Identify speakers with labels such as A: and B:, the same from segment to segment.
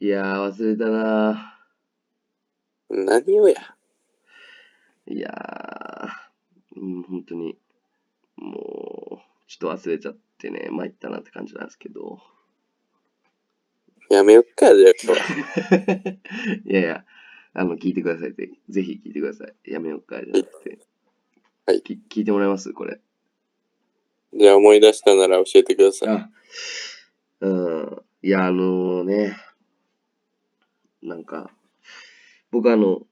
A: いやー、忘れたな
B: 何をや。
A: ー。いやー、うん、本当に、もう、ちょっと忘れちゃってね、参ったなって感じなんですけど。
B: やめよっか、じゃあ 今日は。
A: いやいや、あの、聞いてくださいって、ぜひ聞いてください。やめようか、じゃなくて。
B: はい
A: き聞いてもらえますこれ。
B: じゃあ思い出したなら教えてください。
A: あ、うん。いや、あのね、なんか、僕あの、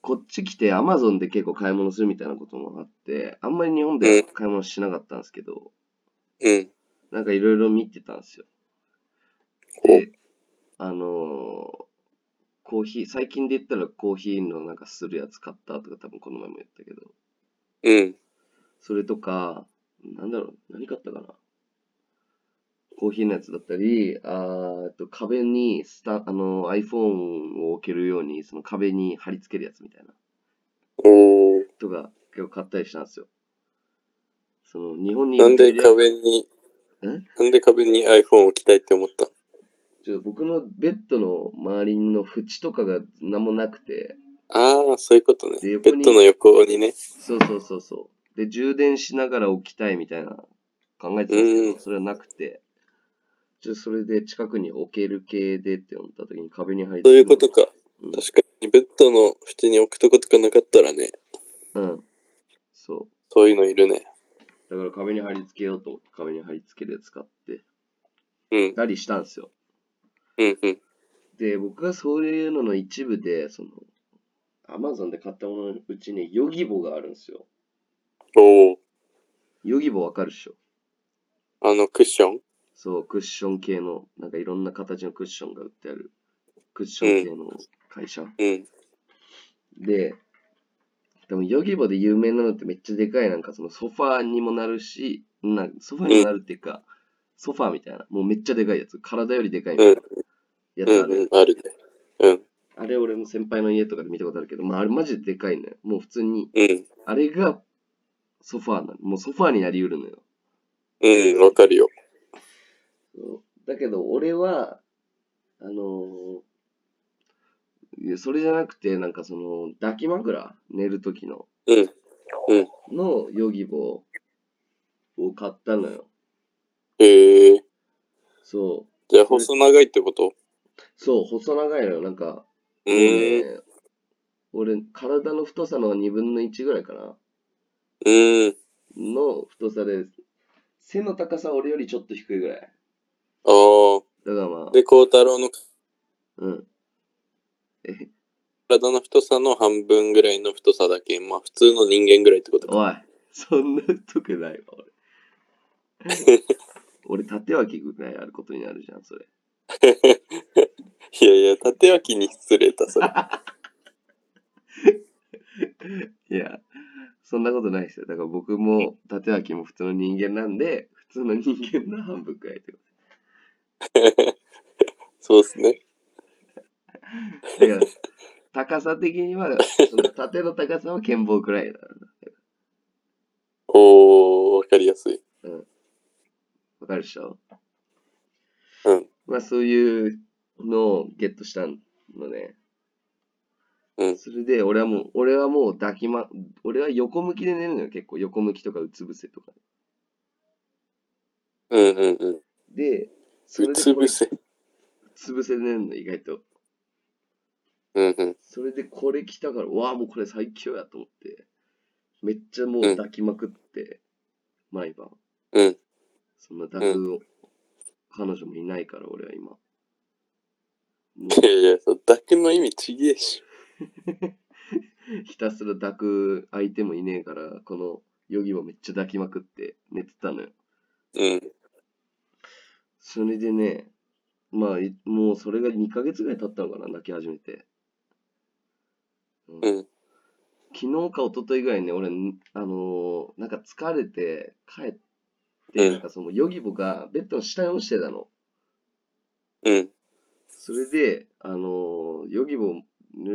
A: こっち来て Amazon で結構買い物するみたいなこともあって、あんまり日本では買い物しなかったんですけど、
B: うん。
A: なんかいろいろ見てたんですよ。
B: お
A: で、あのーコーヒー、最近で言ったらコーヒーのなんかするやつ買ったとか多分この前も言ったけど、
B: うん。
A: それとか、なんだろう、何買ったかな。コーヒーのやつだったり、あーえっと壁にスタあの iPhone を置けるように、その壁に貼り付けるやつみたいな、
B: おー。
A: とか、結構買ったりしたんですよ。その、日本にいる
B: なんで
A: 時は
B: 壁に、
A: ん
B: なんで壁に iPhone を置きたいって思った
A: ちょっと僕のベッドの周りの縁とかが何もなくて、
B: のああ、そういうことね。
A: で横
B: ベ
A: に
B: ッドの横にね。
A: そうそうそうそう。で、充電しながら置きたいみたいな考えてたんですけ
B: うん
A: ど、それはなくて、ちょそれで近くに置ける系でって思った時に壁に入って
B: そういうことか。
A: うん
B: 確かにベッドの縁に置くとことかなかったらね、
A: うん。そ
B: そういうのいるね。
A: う。だから壁に貼り付けようと思って壁に貼り付けるやつ買って、
B: うん。
A: たりしたんですよ。
B: うんうん。
A: で、僕がそういうのの一部で、その、アマゾンで買ったもののうちにヨギボがあるんですよ。
B: おー。
A: ヨギボわかるっしょ
B: あのクッション
A: そう、クッション系の、なんかいろんな形のクッションが売ってある、クッション系の会社。
B: うん。
A: で、でもヨギボで有名なのってめっちゃでかい、なんかそのソファーにもなるし、なんかソファーにもなるっていうか、ソファーみたいな、もうめっちゃでかいやつ、体よりでかいみたいなやつ
B: う
A: あ
B: ん
A: る。
B: うん。あるね。うん。
A: あれ俺も先輩の家とかで見たことあるけど、まああれマジででかいのよ。もう普通に、
B: うん。
A: あれがソファーなの。もうソファーになりうるのよ。
B: うん。わかるよ。
A: そうだけど俺は、あのーいやそれじゃなくて、なんかその、抱き枕、寝る時の、
B: うん。
A: のヨギボーを買ったのよ。
B: へえ。
A: そ
B: じゃあ細長いってこと
A: う。そう、細長いのよ。なんか、もう
B: うーん。
A: ね、俺、体の太さの2分の1ぐらいかな。
B: うーん。
A: の太さで、背の高さは俺よりちょっと低いぐらい。
B: ああ。
A: だからまあ、
B: で、孝太郎の
A: うん。え、
B: 体の太さの半分ぐらいの太さだけ、まあ普通の人間ぐらいってことか。
A: おい、そんなとくないわ、俺。俺、縦脇ぐらいあることになるじゃん、それ。
B: いやいや、縦脇に失礼だ、それ。
A: いや、そんなことないですよ。だから僕も縦脇も普通の人間なんで、普通の人間の半分くらいってこ
B: そうですね。
A: と。だから、高さ的には、その縦の高さは剣棒くらいだ。
B: おー、わかりやすい。
A: わかるでしょ
B: うん。
A: まあそういうのをゲットしたのね。
B: うん
A: それで俺はもう、俺はもう抱きま、俺は横向きで寝るのよ、結構。横向きとかうつ伏せとか。
B: うんうんうん。
A: で、それ
B: う
A: で
B: つ
A: これ
B: 伏せ。
A: うつ伏せで寝るの、意外と。
B: うんうん。
A: それでこれ来たから、うわあ、もうこれ最強やと思って。めっちゃもう
B: うん
A: 抱きまくって、毎晩。
B: うん。
A: そんな抱く、彼女もいないから、俺は今。もう
B: いやいや、そう抱くの意味ちげえし。
A: ひたすら抱く相手もいねえから、このヨギもめっちゃ抱きまくって寝てたのよ。
B: うん。
A: それでね、まあ、いもうそれが2ヶ月ぐらい経ったのかな、泣き始めて。うん
B: うん
A: 昨日か一昨日ぐらいね、俺、んあのーなんか疲れて帰っ
B: う
A: て、
B: ん
A: なんかそのヨギボがベッドの下に落ちてたの。
B: うん。
A: それで、あのーヨギボ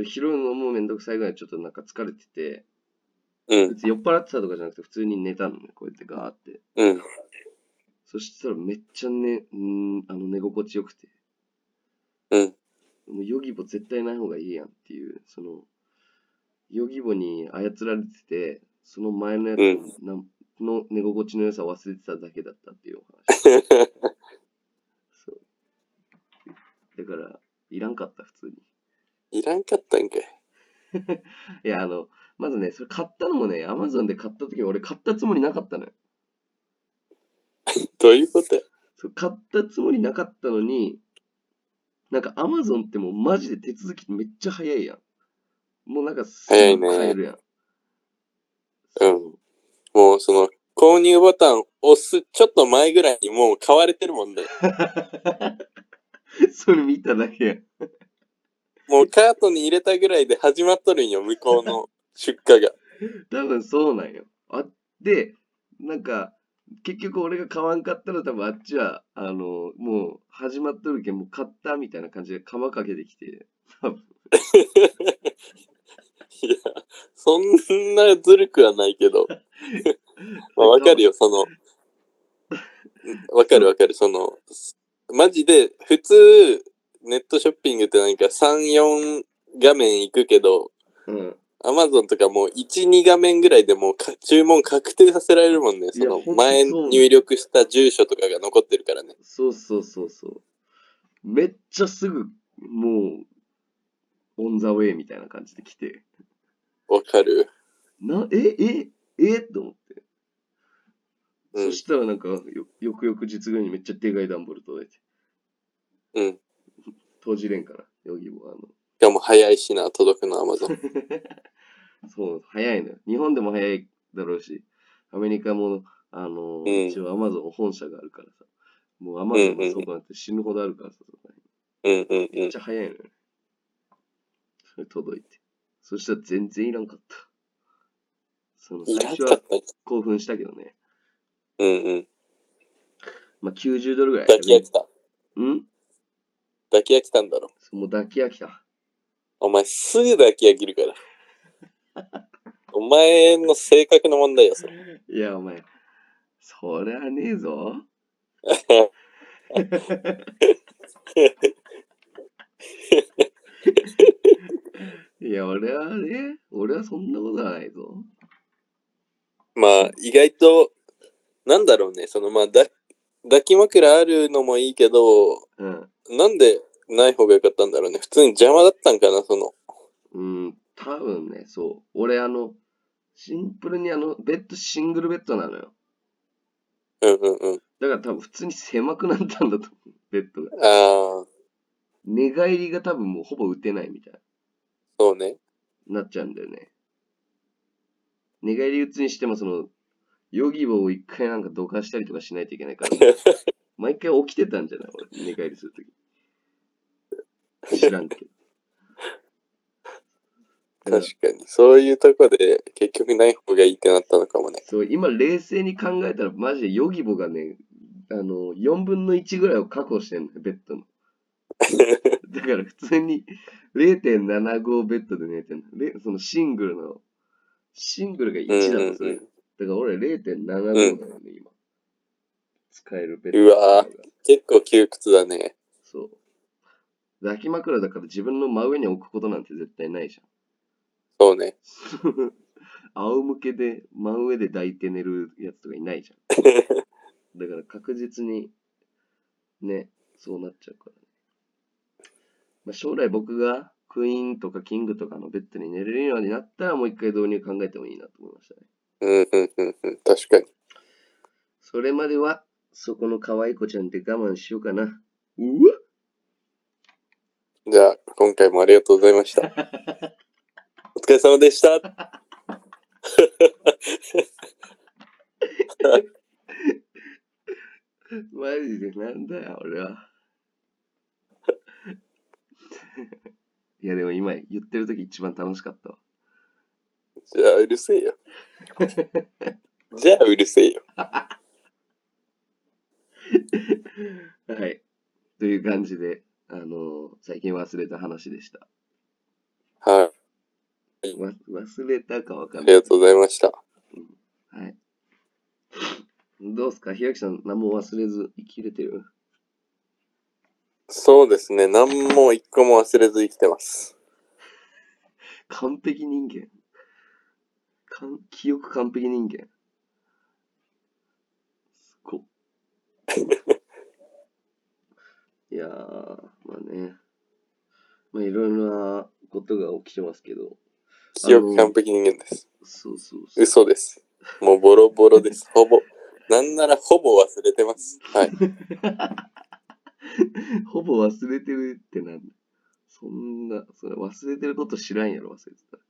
A: 拾うのもめんどくさいぐらいちょっとなんか疲れてて、
B: うん。
A: 別に酔っ払ってたとかじゃなくて普通に寝たのね、こうやってガーって。
B: うん。
A: そしたらめっちゃね、うん、あの寝心地よくて、
B: うん。
A: もうヨギボ絶対ない方がいいやんっていう、その、ヨギボに操られてて、その前のやつの,、の寝心地の良さを忘れてただけだったっていうお話。そう。だから、いらんかった、普通に。
B: いらんかったんかい。
A: いや、あの、まずね、それ買ったのもね、アマゾンで買った時に俺買ったつもりなかったのよ。
B: どういうことや
A: そう買ったつもりなかったのに、なんかアマゾンってもうマジで手続きめっちゃ早いやん。もうなんかす
B: 早い
A: ぐ
B: ね
A: 買えるやん。
B: うんもうその、購入ボタン押すちょっと前ぐらいにもう買われてるもんで。
A: そう。 それ見ただけやん。
B: もうカートに入れたぐらいで始まっとるんよ、向こうの出荷が。
A: 多分そうなんよ。あで、なんか、結局俺が買わんかったら多分あっちは、あの、もう始まっとるけん、もう買ったみたいな感じで釜かけてきて、
B: いや、そんなずるくはない けど。まあわかるよ、その。わかるわかる、その、マジで、普通、ネットショッピングってなんか3、4画面行くけど、
A: うん。
B: アマゾンとかもう1、2画面ぐらいでもうか注文確定させられるもんね。そ
A: いや
B: の
A: ほんと
B: 前
A: そう
B: 入力した住所とかが残ってるからね。
A: そうそうそうそう。めっちゃすぐ、もう、オンザウェイみたいな感じで来て、
B: わかる。
A: な、え、え、えと思って。
B: う
A: そ
B: ん
A: したらなんか、よ、よくよく実ぐらいにめっちゃでかい段ボール届いて、
B: うん。
A: 閉じれんから、ヨギもあの、
B: しかも早いしな、届くのアマゾン。
A: そう、早いのよ。日本でも早いだろうし、アメリカも、あのー
B: うん
A: 一応アマゾン本社があるからさ、もうアマゾン
B: うんうんう
A: の
B: ん
A: 倉庫なんて死ぬほどあるからさ、そこら
B: うんうん
A: 辺
B: う
A: め
B: ん
A: っち。ゃ早いのよ。それ届いて。そしたら全然いらんかった。その
B: いら
A: 最
B: ん
A: 初
B: か
A: は
B: った。
A: 興奮したけどね。
B: うんうん。
A: まあ、90ドルぐらい。
B: 抱き飽きた。
A: うん
B: 抱き飽きたんだろ。
A: そうもう抱き飽きた。
B: お前すぐ抱き飽きるから。お前の性格の問題よ、それ。
A: いや、お前、そりゃねえ ぞ。いや、俺はね、俺はそんなことはないぞ。
B: まあ、意外と、なんだろうね、そのまあ、だ抱き枕あるのもいいけど、
A: うん。
B: なんでない方がよかったんだろうね。普通に邪魔だったんかな、その。
A: うん、多分ね、そう。俺、あの、シンプルにあの、ベッド、シングルベッドなのよ。
B: うんうんうん。
A: だから多分普通に狭くなったんだと思う、 ベッドが。
B: ああ、
A: 寝返りが多分もうほぼ打てないみたい
B: そうね。
A: な、なっちゃうんだよね。寝返り打つにしても、その、ヨギボーを一回なんかどかしたりとかしないといけないから、毎回起きてたんじゃない俺、寝返りするとき。 知らんけど。だから
B: 確かに。そういうとこで、結局ない方がいいってなったのかもね。
A: そう、今冷静に考えたら、マジでヨギボがね、あの、4分の1ぐらいを確保してんのよ、ベッドの。だから普通に0.75ベッドで寝てんの。れそのシングルの、シングルが
B: うん
A: 1だ
B: うん
A: とそれ。
B: う
A: だ
B: ん
A: か。ら俺0.75だよね、今。使えるベッド。
B: うわぁ。結構窮屈だね。
A: そう。抱き枕だから自分の真上に置くことなんて絶対ないじゃん。
B: そうね。
A: 仰向けで真上で抱いて寝るやつとかいないじゃん。だから確実にね、そうなっちゃうからね。まあ、将来僕がクイーンとかキングとかのベッドに寝れるようになったらもう一回導入考えてもいいなと思いましたね。
B: うんうんうんうん。確かに。
A: それまではそこの可愛い子ちゃんで我慢しようかな。うわ
B: じゃあ、今回もありがとうございました。お疲れ様でした。
A: マジでなんだよ、俺は。 いや、でも今言ってる時一番楽しかったわ。
B: じゃあ、うるせえよ。じゃあ、うるせえよ。
A: はい。という感じで、あのー最近忘れた話でした。
B: はい。
A: わ忘れたかわか
B: あ
A: ん
B: り
A: ない。
B: がとうございました。
A: はい。どうどうすか平木さん、何も忘れず生きれてる
B: そうですね。何も一個も忘れず生きてます。
A: 完璧人間。完記憶完璧人間。すごっ。 いやー、まあね。まあいろいろなことが起きてますけど。
B: 記憶完璧人間です。
A: そうそうそう。
B: 嘘です。もうボロボロです。ほぼ。なんならほぼ忘れてます。はい。
A: ほぼ忘れてるってなんだ。そんな、それ忘れてること知らんやろ、忘れてたら。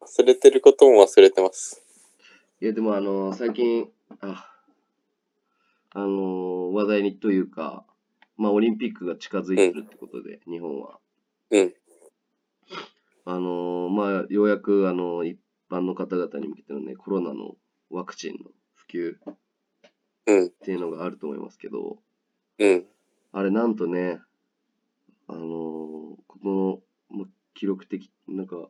B: 忘れてることも忘れてます。
A: いや、でもあの最近、あ、あの話題にというか、まあ、オリンピックが近づいてるってことで、日本は。
B: うん。
A: あのまあ、ようやく、あの一般の方々に向けてのね、コロナのワクチンの普及っ
B: うん。
A: ていうのがあると思いますけど、
B: うん。
A: あれ、なんとね、あのこの、まあ、記録的、なんか、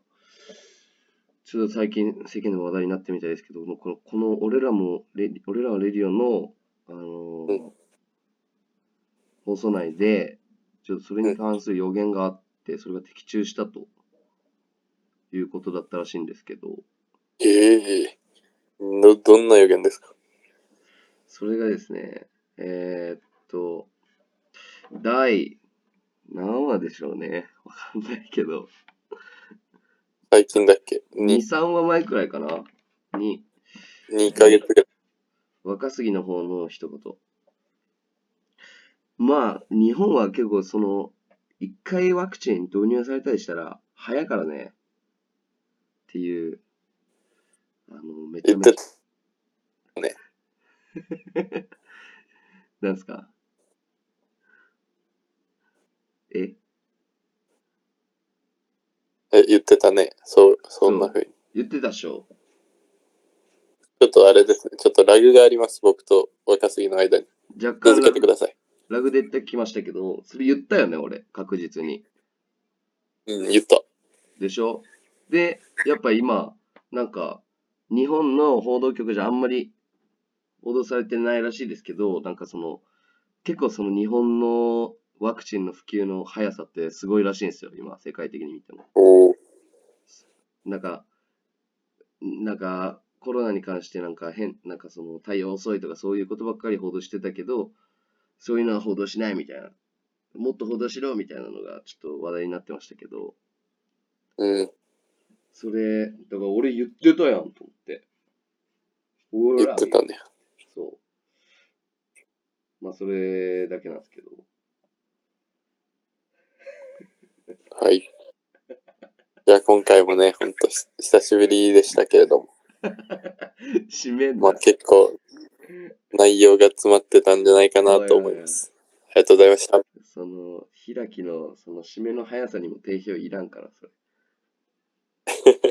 A: ちょっと最近世間の話題になってみたいですけど、もうこの、この俺らもレ、俺らはレディオの、あのー
B: うん
A: 放送内で、ちょっとそれに関する予言があって、それが的中したということだったらしいんですけど、
B: ええど、どんな予言ですか
A: それがですね、えーっと、第何話でしょうね。わかんないけど、
B: 最近だっけ
A: 2、
B: に
A: 3話前くらいかなに、
B: 2ヶ月ぐらい。
A: 若杉の方の一言。まあ、日本は結構その、一回ワクチン導入されたりしたら、早いからね。っていう、あの、めちゃ
B: 言っ
A: めち
B: てた。
A: ゃ、なんですかえ
B: え、言ってたね。そう、そんな風に。
A: 言ってたっしょ
B: ちょっとあれですね。ちょっとラグがあります。僕と若杉の間に。
A: 若干
B: 続
A: ラ
B: けて
A: グ
B: ください。
A: ラグで言ってきましたけど、それ言ったよね、俺。確実に。
B: うん、言った。
A: でしょで、やっぱ今、なんか、日本の報道局じゃあんまり報道されてないらしいですけど、なんかその、結構その日本のワクチンの普及の速さってすごいらしいんですよ、今、世界的に見ても。
B: おお。
A: なんか、なんか、コロナに関してなんか変、なんかその対応遅いとかそういうことばっかり報道してたけど、そういうのは報道しないみたいな、もっと報道しろみたいなのがちょっと話題になってましたけど、
B: うん。
A: それ、だから俺言ってたやんと思って。ほら
B: 言ってたね。
A: そう。まあ、それだけなんですけど。
B: はい。じゃあ今回もね、ほんとし久しぶりでしたけれども、
A: 締めん
B: まあ結構内容が詰まってたんじゃないかなと思います。ありがとうございました。
A: その、開きの、その締めの速さにも定評いらんから、そ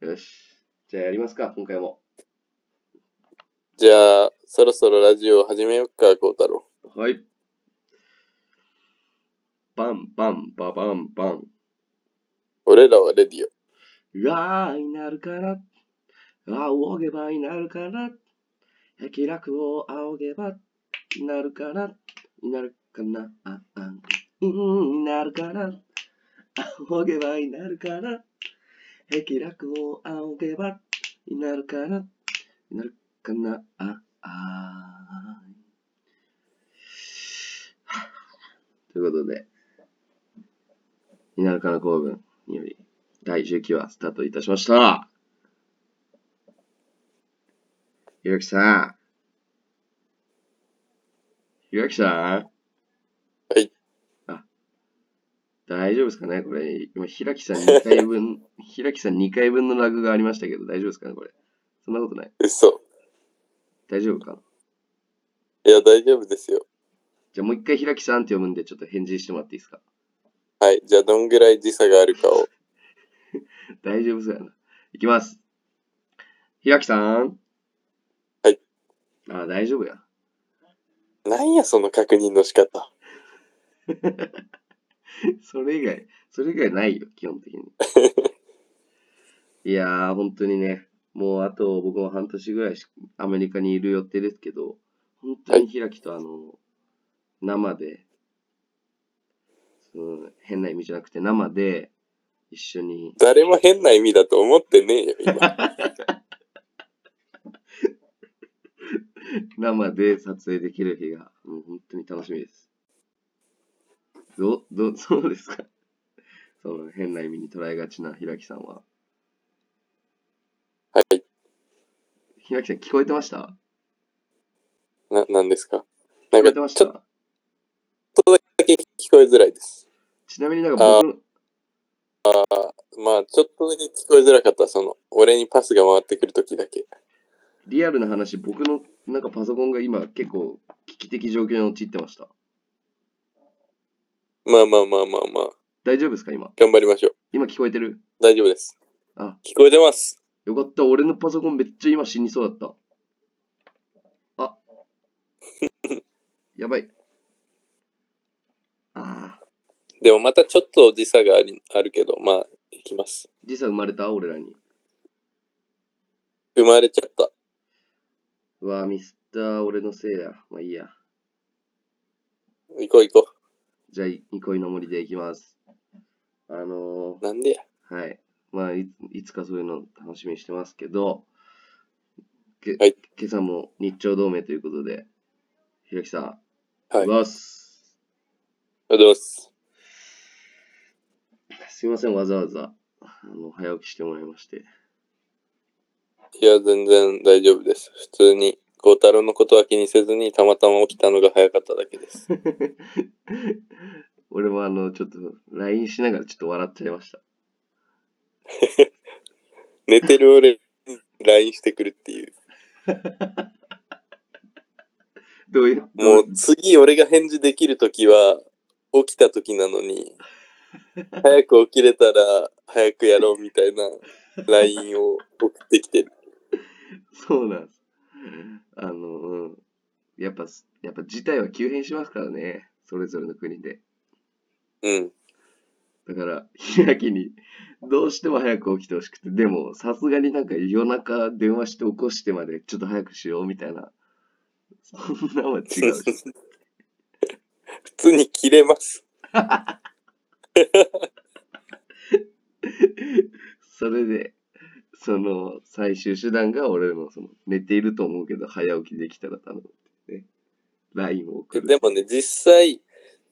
A: れ。よし。じゃあやりますか、今回も。
B: じゃあ、そろそろラジオを始めようか、孝太郎。
A: はい。バンバンババンバン。
B: 俺らはレディ
A: 愛になるから、仰げばになるから、気楽を仰げばなるから、になるかな、あ、あ、うん、なるから、仰げばになるから、気楽を仰げばになるから、になるかな、あ、あ。ということで、になるかな公文により、第19話スタートいたしました。ひろきさん。ひろきさん。
B: はい。
A: あ、大丈夫ですかねこれ、今、ひらきさん2回分、 ひらきさん2回分のラグがありましたけど、大丈夫ですかねこれ。そんなことない。
B: オ。嘘。
A: 大丈夫か
B: いや、大丈夫ですよ。
A: じゃあもう一回ひらきさんって読むんで、ちょっと返事してもらっていいですか
B: はい。じゃあ、どんぐらい時差があるかを。
A: 大丈夫そうやな。いきます。ひらきさん。
B: はい。
A: あ、大丈夫や。
B: なんや、その確認の仕方。
A: それ以 外、それ以外ないよ、基本的に。いやー、本当にね、もうあと僕も半年ぐらいしアメリカにいる予定ですけど、本当に開きとあの、生で、その変な意味じゃなくて生で一緒に、
B: 誰も変な意味だと思ってねえよ、 今。
A: 生で撮影できる日が、もう本当に楽しみです。どう、どう、 そうですかその変な意味に捉えがちな平木さんは。
B: はい。
A: 平木さん聞こえてました
B: な、なんですかな
A: 聞こえ
B: んか、ち
A: て
B: ょ
A: ま
B: っ
A: し
B: と
A: た
B: だけ聞こえづらいです。
A: ちなみになんか僕の、
B: まあ、ちょっとだけ聞こえづらかった、その、俺にパスが回ってくるときだけ。
A: リアルな話、僕のなんかパソコンが今結構危機的状況に陥ってました。
B: まあまあまあまあまあ、
A: 大丈夫ですか今。
B: 頑張りましょう。
A: 今聞こえてる
B: 大丈夫です。
A: あ、
B: 聞こえてます。
A: よかった。俺のパソコンめっちゃ今死にそうだった。あ。やばい。ああ。
B: でもまたちょっと時差がありあるけど、まあ、行きます。
A: 時差生まれた俺らに。
B: 生まれちゃった。
A: うわあ、ミスター俺のせいだ。まあいいや。
B: 行こう行こ
A: じゃあ、憩いの森でいきます。あの
B: う。なんでや。
A: ー、はい。まあい、いつかそういうの楽しみにしてますけど、け
B: はい
A: 今朝も日朝同盟ということで、ひろきさん、
B: はい。ありがとう
A: わす。
B: ございます。
A: すいません、わざわざ、あの、早起きしてもらいまして。
B: いや、全然大丈夫です。普通に、孝太郎のことは気にせずに、たまたま起きたのが早かっただけです。
A: 俺もあの、ちょっと、LINE しながらちょっと笑っちゃいました。
B: 寝てる俺に LINE してくるっていう。
A: どういう、
B: も
A: ど
B: う次俺が返事できるときは、起きたときなのに、早く起きれたら早くやろうみたいな LINE を送ってきてる。
A: そうなんです。あの、うん。やっぱ、やっぱ事態は急変しますからね。それぞれの国で。
B: うん。
A: だから、開きに、どうしても早く起きてほしくて、でも、さすがになんか夜中電話して起こしてまで、ちょっと早くしようみたいな。そんなんは違うし。
B: 普通に切れます。
A: それで、その最終手段が俺のその寝ていると思うけど早起きできたら頼むってね。LINE を送る。
B: でもね、実際、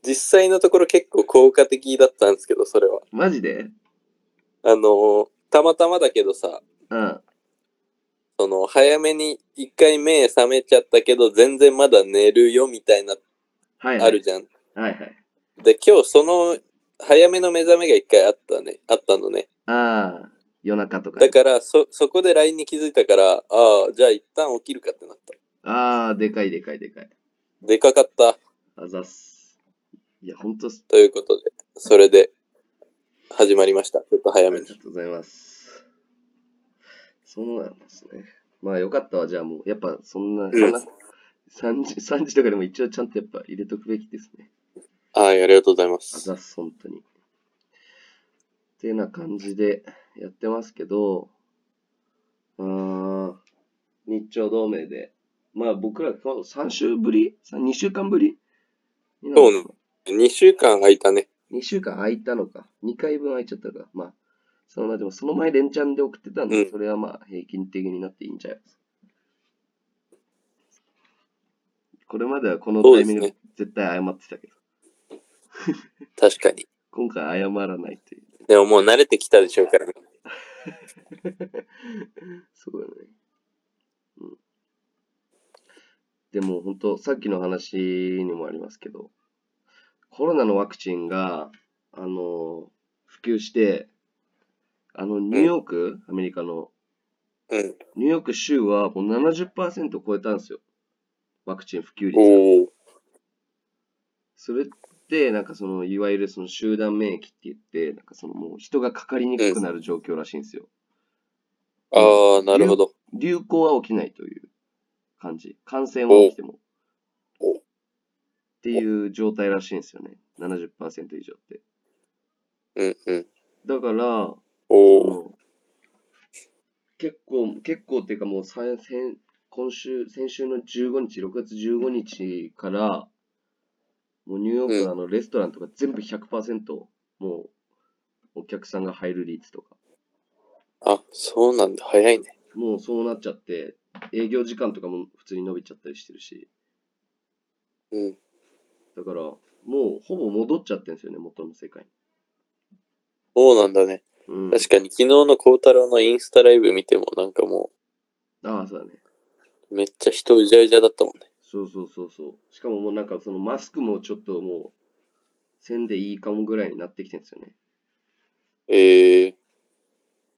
B: 実際のところ結構効果的だったんですけど、それは。
A: マジで
B: あのーたまたまだけどさ、
A: うん。
B: その、早めに一回目覚めちゃったけど、全然まだ寝るよみたいな、
A: はい、はい。
B: あるじゃん。
A: はいはい。
B: で、今日その、早めの目覚めが一回あったね、あったのね。
A: ああ、夜中とかね、
B: だから、そ、そこで LINE に気づいたから、ああ、じゃあ一旦起きるかってなった。
A: ああ、でかいでかいでかい。
B: でかかった。
A: あざっす。いや、ほんとっす。
B: ということで、それで、始まりました。ちょっと
A: あ
B: 早め
A: り
B: に
A: が。とうございます。そうなんですね。まあよかったわ、じゃあもう。やっぱそんな、そんな3時、3時とか でも一応ちゃんとやっぱ入れとくべきですね。
B: はい、ありがとうございま
A: あ
B: す
A: ざ。っす、本当に。ってな感じでやってますけど、うーん、日朝同盟で、まあ僕ら今日3週ぶり ?2 週間ぶりになるのか
B: 2週間空いたね。
A: 2週間空いたのか。2回分空いちゃったか。まあ、そのまあでもその前連チャンで送ってたんで、
B: うん
A: それはまあ平均的になっていいんじゃないですか。これまではこのタイミン
B: そう
A: グ
B: で
A: 絶対謝ってたけど、
B: 確かに。
A: 今回謝らないという。
B: でももう慣れてきたでしょうからね。
A: そうだね。うん。でも本当、さっきの話にもありますけど、コロナのワクチンが、あの、普及して、あの、ニューヨーク、アメリカの、
B: うん。
A: ニューヨーク州はもう70%超えたんですよ。ワクチン普及率が。
B: おお。
A: それって、なんかその、いわゆるその集団免疫って言って、なんかそのもう人がかかりにくくなる状況らしいんですよ。
B: ああ、なるほど。
A: 流行は起きないという感じ。感染は起きても。
B: おお
A: っていう状態らしいんですよね。70%以上って。
B: うんうん。
A: だから、
B: お
A: そ
B: お。
A: の結構、結構っていうかもうさ先、今週、先週の15日、6月15日から、もうニューヨークのあのレストランとか全部100%、もうお客さんが入る率とか、
B: あ、そうなんだ。早いね。
A: もうそうなっちゃって、営業時間とかも普通に伸びちゃったりしてるし、
B: うん。
A: だからもうほぼ戻っちゃってるんですよね、元の世界に。
B: そうなんだね。
A: うん、
B: 確かに昨日の孝太郎のインスタライブ見てもなんかも
A: ああ、そうだね。
B: うめっちゃ人うじゃうじゃだったもんね。
A: そうそうそうそう。しかももうなんかそのマスクもちょっともう、せんでいいかもぐらいになってきてるんですよね。
B: ええ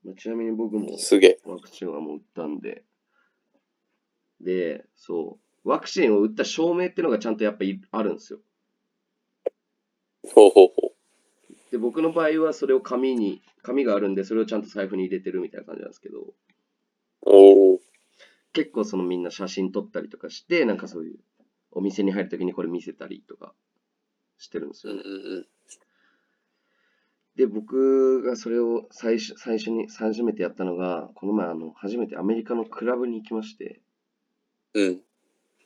A: まあ、ちなみに僕も
B: すげえ。
A: ワクチンはもう打ったんで。で、そう。ワクチンを打った証明っていうのがちゃんとやっぱりあるんですよ。
B: ほうほうほ
A: で、僕の場合はそれを紙に、紙があるんで、それをちゃんと財布に入れてるみたいな感じなんですけど、
B: う。おお。
A: 結構そのみんな写真撮ったりとかして、なんかそういう、お店に入るときにこれ見せたりとかしてるんです
B: う
A: よ
B: ん
A: ね
B: うん。うん。
A: で、僕がそれを最初最初に、初めてやったのが、この前、あの、初めてアメリカのクラブに行きまして、
B: うん。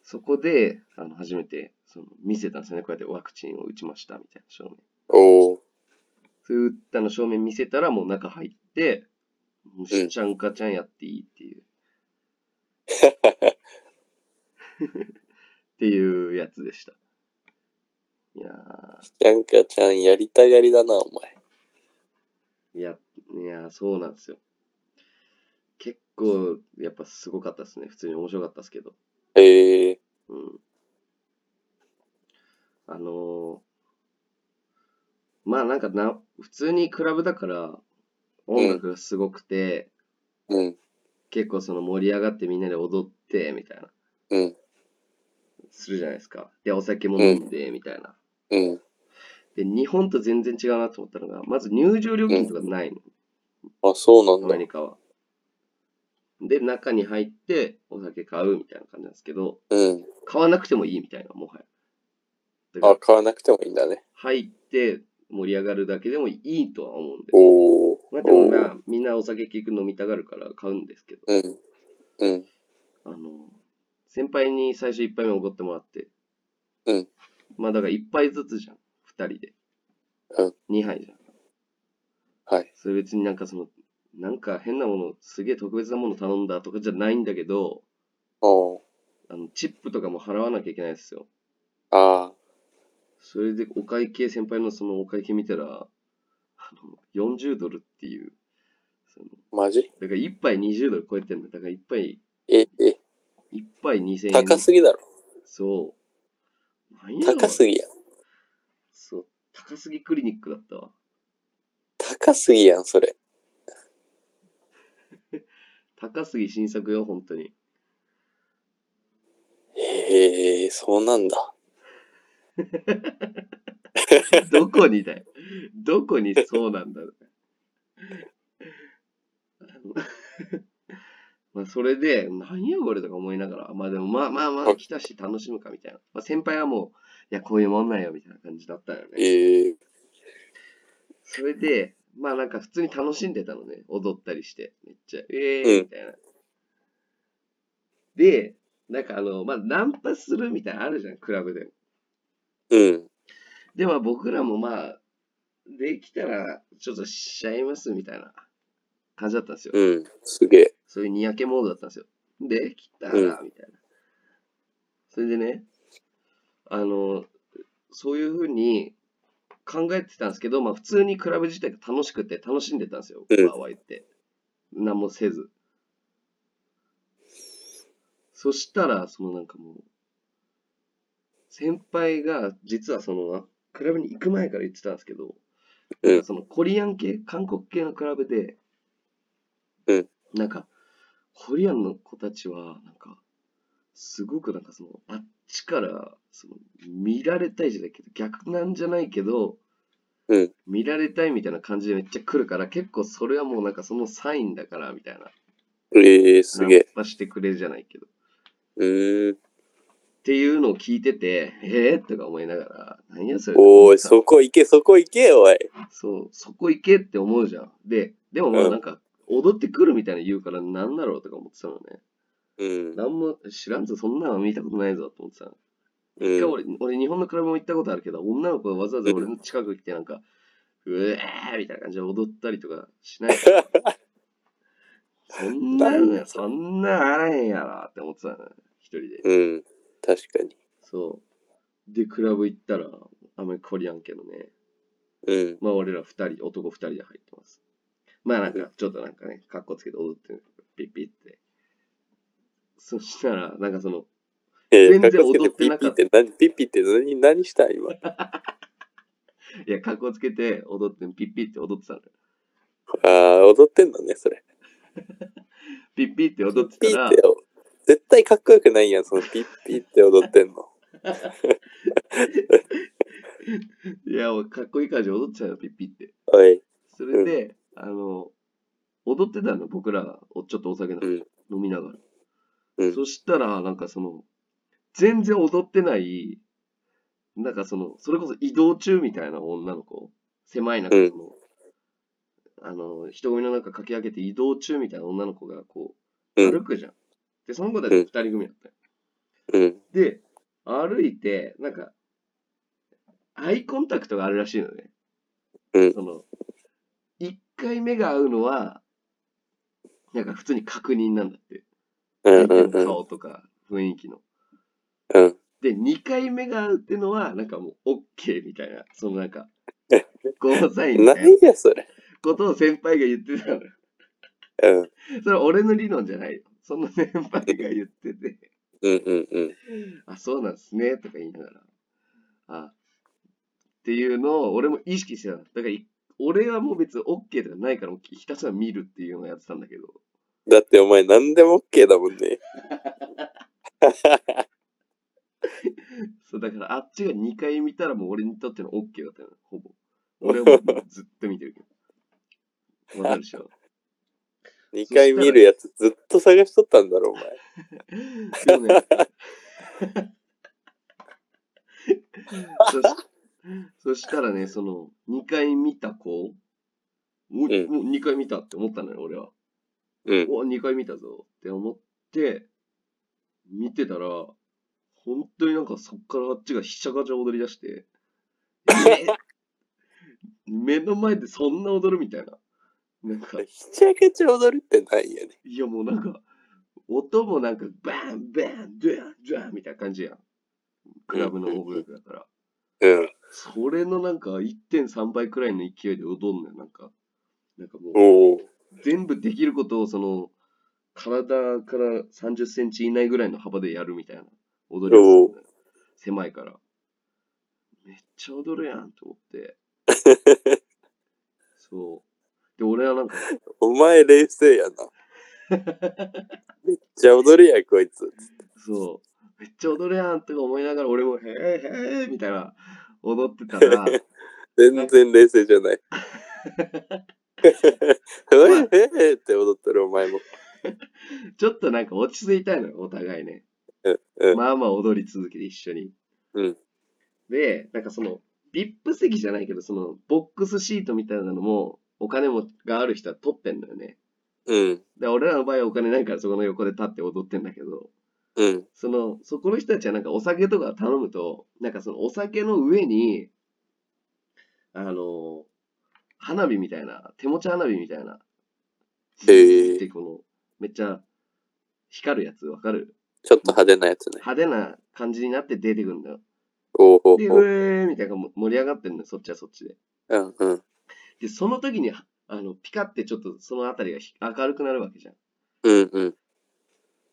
A: そこで、あの、初めて、その、見せたんですよね。こうやってワクチンを打ちました、みたいな証明。
B: おお。
A: そういう打ったの証明見せたら、もう中入って、もうしちゃんかちゃんやっていいっていう、っていうやつでした。いや
B: ちゃんかちゃんやりたがりだな、お前。
A: ー、いや、いやー、そうなんですよ。結構、やっぱすごかったですね。普通に面白かったですけど。
B: ええ
A: うんあのーまあなんかな、普通にクラブだから音楽がすごくて、
B: うん。
A: 結構その盛り上がってみんなで踊ってみたいな、
B: うん。
A: するじゃないですか。で、お酒も飲んでみたいな。
B: うん。
A: で、日本と全然違うなと思ったのが、まず入場料金とかないの、
B: あ、そうな
A: ア
B: んだ
A: メ。リカは。で、中に入ってお酒買うみたいな感じなんですけど、
B: うん。
A: 買わなくてもいいみたいな、もはや。だから
B: あ、買わなくてもいいんだね。
A: 入って盛り上がるだけでもいいとは思うんで。
B: おお。
A: まあでも
B: お
A: ま
B: ー
A: あ、みんなお酒結局飲みたがるから買うんですけど、
B: うん。うん。
A: あの、先輩に最初一杯目おごってもらって、
B: うん。
A: まあだから一杯ずつじゃん、二人で。
B: うん
A: 二杯じゃん。
B: はい。
A: それ別になんかその、なんか変なもの、すげえ特別なもの頼んだとかじゃないんだけど、
B: おー
A: あの、チップとかも払わなきゃいけないですよ。
B: ああ。
A: それでお会計、先輩のそのお会計見たら、あの、40ドルっていう、その、
B: マジ
A: だから一杯20ドル超えてんだ。だから一杯、
B: え、え、
A: 一杯2000円。
B: 高すぎだろ。
A: そう。何やろ
B: 高すぎや。
A: そう。高すぎクリニックだったわ。
B: 高すぎやん、それ。
A: 高すぎ新作よ、本当に。
B: へえ、そうなんだ。
A: どこにだよ。どこにそうなんだろうね。 まあ、それで、何やこれとか思いながら、まあでも、まあまあまあ、来たし楽しむかみたいな。まあ、先輩はもう、いや、こういうもんなんよ、みたいな感じだったよね。
B: ええ、
A: それで、まあなんか普通に楽しんでたのね。踊ったりして。めっちゃ、ええー、みたいな。で、なんかあの、まあナンパするみたいなのあるじゃん、クラブでも。
B: うん。
A: で、まあ僕らもまあ、できたらちょっとしちゃいますみたいな感じだったんですよ。
B: うん。すげえ。
A: そういうにやけモードだったんですよ。できたら、
B: う
A: みたいな。それでね、あの、そういうふうに考えてたんですけど、まあ普通にクラブ自体が楽しくて楽しんでたんですよ、
B: うん
A: ワーワイって。何もせず。そしたら、そのなんかもう、先輩が実はその、クラブに行く前から言ってたんですけど、
B: うん
A: なんかそのコリアン系、韓国系のクラブで、
B: うん
A: なんか、コリアンの子たちは、なんか、すごくなんかその、あっちから、その、見られたいじゃないけど、逆なんじゃないけど、
B: うん
A: 見られたいみたいな感じでめっちゃ来るから、結構それはもうなんかそのサインだから、みたいな。
B: ええ、すげえ。
A: ナンパしてくれじゃないけど。
B: うーん。
A: っていうのを聞いてて、えー、とか思いながら、何やそれ。
B: おい、そこ行け、そこ行け、おい。
A: そう、そこ行けって思うじゃん。で、でもま
B: う
A: あ
B: ん
A: なんか、踊ってくるみたいな言うから、なんだろうとか思ってたのね。
B: うん。
A: なんも知らんぞ、そんなの見たことないぞと思ってたの。
B: う
A: 一回
B: ん。
A: 俺、俺日本のクラブも行ったことあるけど、女の子がわざわざ俺の近く来てなんか、うえーみたいな感じで踊ったりとかしない から。そんなの、そんなんあらへんやろって思ってたのね、一人で。
B: うん。確かに。
A: そう。で、クラブ行ったら、あんまりこりやんけどね。
B: うん。
A: まあ、俺ら二人、男二人で入ってます。まあ、なんか、ちょっとなんかね、かっこつけて踊ってる、ピッピッって。そしたら、なんかその、
B: え
A: 全然
B: かこつけ
A: 踊ってな
B: ピ
A: か
B: ッ
A: っ
B: ピ
A: た
B: って何、ピッピって何、何した今。あ
A: いや、かっこつけて踊って、ピッピッって踊ってたのよ。
B: あー、踊ってんのね、それ。
A: ピッピッって
B: ピ
A: 踊っ
B: ッピ
A: てたら
B: って、、絶対かっこよくないやん、そのピッピって踊ってんの。
A: いや、俺かっこいい感じで踊ってたのよ、ピッピッって。
B: おい。
A: それで、あの、踊ってたの、僕らが、おちょっとお酒の
B: うん。
A: 飲みながら。
B: うん。
A: そしたら、なんかその、全然踊ってない、なんかその、それこそ移動中みたいな女の子、狭い中
B: うん
A: その、あの、人混みの中駆け上げて移動中みたいな女の子がこう、
B: うん
A: 歩くじゃん。で、その子たち二人組だったよ。
B: うん。
A: で、歩いて、なんか、アイコンタクトがあるらしいのね。
B: うん
A: その、一回目が合うのは、なんか普通に確認なんだって。
B: うん。う
A: 相
B: ん。
A: 手の
B: うん
A: 顔とか雰囲気の。
B: うん。
A: で、2回目が合うってのは、なんかもう、OK みたいな、そのなんか、ゴーサインみたいな
B: 何や、それ。
A: ことを先輩が言ってたのよ。
B: うん。
A: それ俺の理論じゃないよ。その先輩が言ってて、
B: うん。うん。うん。
A: あ、そうなんですね、とか言いながら。あ、っていうのを俺も意識してたの。だからい、俺はもう別に OK とかないから、もうひたすら見るっていうのをやってたんだけど、
B: だってお前何でも OK だもんね。
A: そうだからあっちが2回見たらもう俺にとっての OK だったのよ、ほぼ。俺はもうずっと見てるけど。わかるでしょ。
B: 2回見るやつずっと探しとったんだろ、お前。
A: でも ねそしそしたらね、その、2回見た子、もう、
B: うん
A: もう2回見たって思ったのよ、俺は。
B: うん。
A: お、2回見たぞって思って、見てたら、本当になんかそっからあっちがひしゃがちゃ踊り出して、え 目の前でそんな踊るみたいな。なんか、
B: ひちゃけちゃ踊るってないやね。
A: いやもうなんか、音もなんか、バン、バン、ドゥン、ドゥンみたいな感じやん。クラブの音楽だから。
B: うん。
A: それのなんか1.3倍くらいの勢いで踊んのよ、なんか。なんかもう、
B: お お。
A: 全部できることをその、体から30センチ以内ぐらいの幅でやるみたいな踊りをするんだよ。狭いから。めっちゃ踊るやんと思って。そう。で、俺はなんか、
B: お前冷静 やな。めっちゃ踊るやん、こいつ。
A: そう、めっちゃ踊るやんとか思いながら、俺も、へーへーみたいな、踊ってたら、
B: 全然冷静じ ゃない。えええって踊ってるお前も。
A: ちょっとなんか落ち着いたのよ、お互いね。
B: うん
A: まあまあ踊り続けて一緒に。
B: うん
A: で、なんかその、VIP 席じゃないけど、その、ボックスシートみたいなのも、お金もがある人は取ってんのよね。
B: うん。
A: で、俺らの場合はお金ないから、そこの横で立って踊ってんだけど、
B: うん。
A: その、そこの人たちはなんかお酒とか頼むと、なんかそのお酒の上に、あの、花火みたいな、手持ち花火みたいな。
B: へえ
A: で、この、めっちゃ光るやつ、わかる
B: ちょっと派手なやつね。
A: 派手な感じになって出てくるんだよ。
B: おおおお。
A: で、うえーみたいな盛り上がってんのよ、そっちはそっちで。
B: うんうん。
A: で、その時に、あの、ピカってちょっとそのあたりがひ明るくなるわけじゃん。
B: うんうん。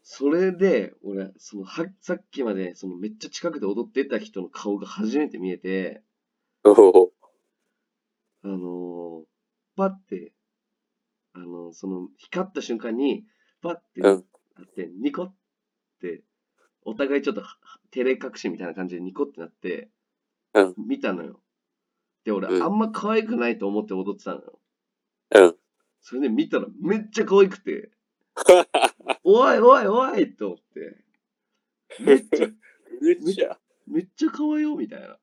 A: それで、俺、その、は、さっきまで、その、めっちゃ近くで踊ってた人の顔が初めて見えて、
B: おお。
A: あのー、パッて、あのーその、光った瞬間に、パッて、
B: うん
A: なって、ニコって、お互いちょっとは、は照れ隠しみたいな感じでニコってなって、
B: うん
A: 見たのよ。で、俺、
B: うん
A: あんま可愛くないと思って踊ってたのよ。
B: うん。
A: それで見たら、めっちゃ可愛くて、おいおいおいと思って、めっち ゃ、
B: うるちゃ。
A: めっちゃ可愛いよ、みたいな。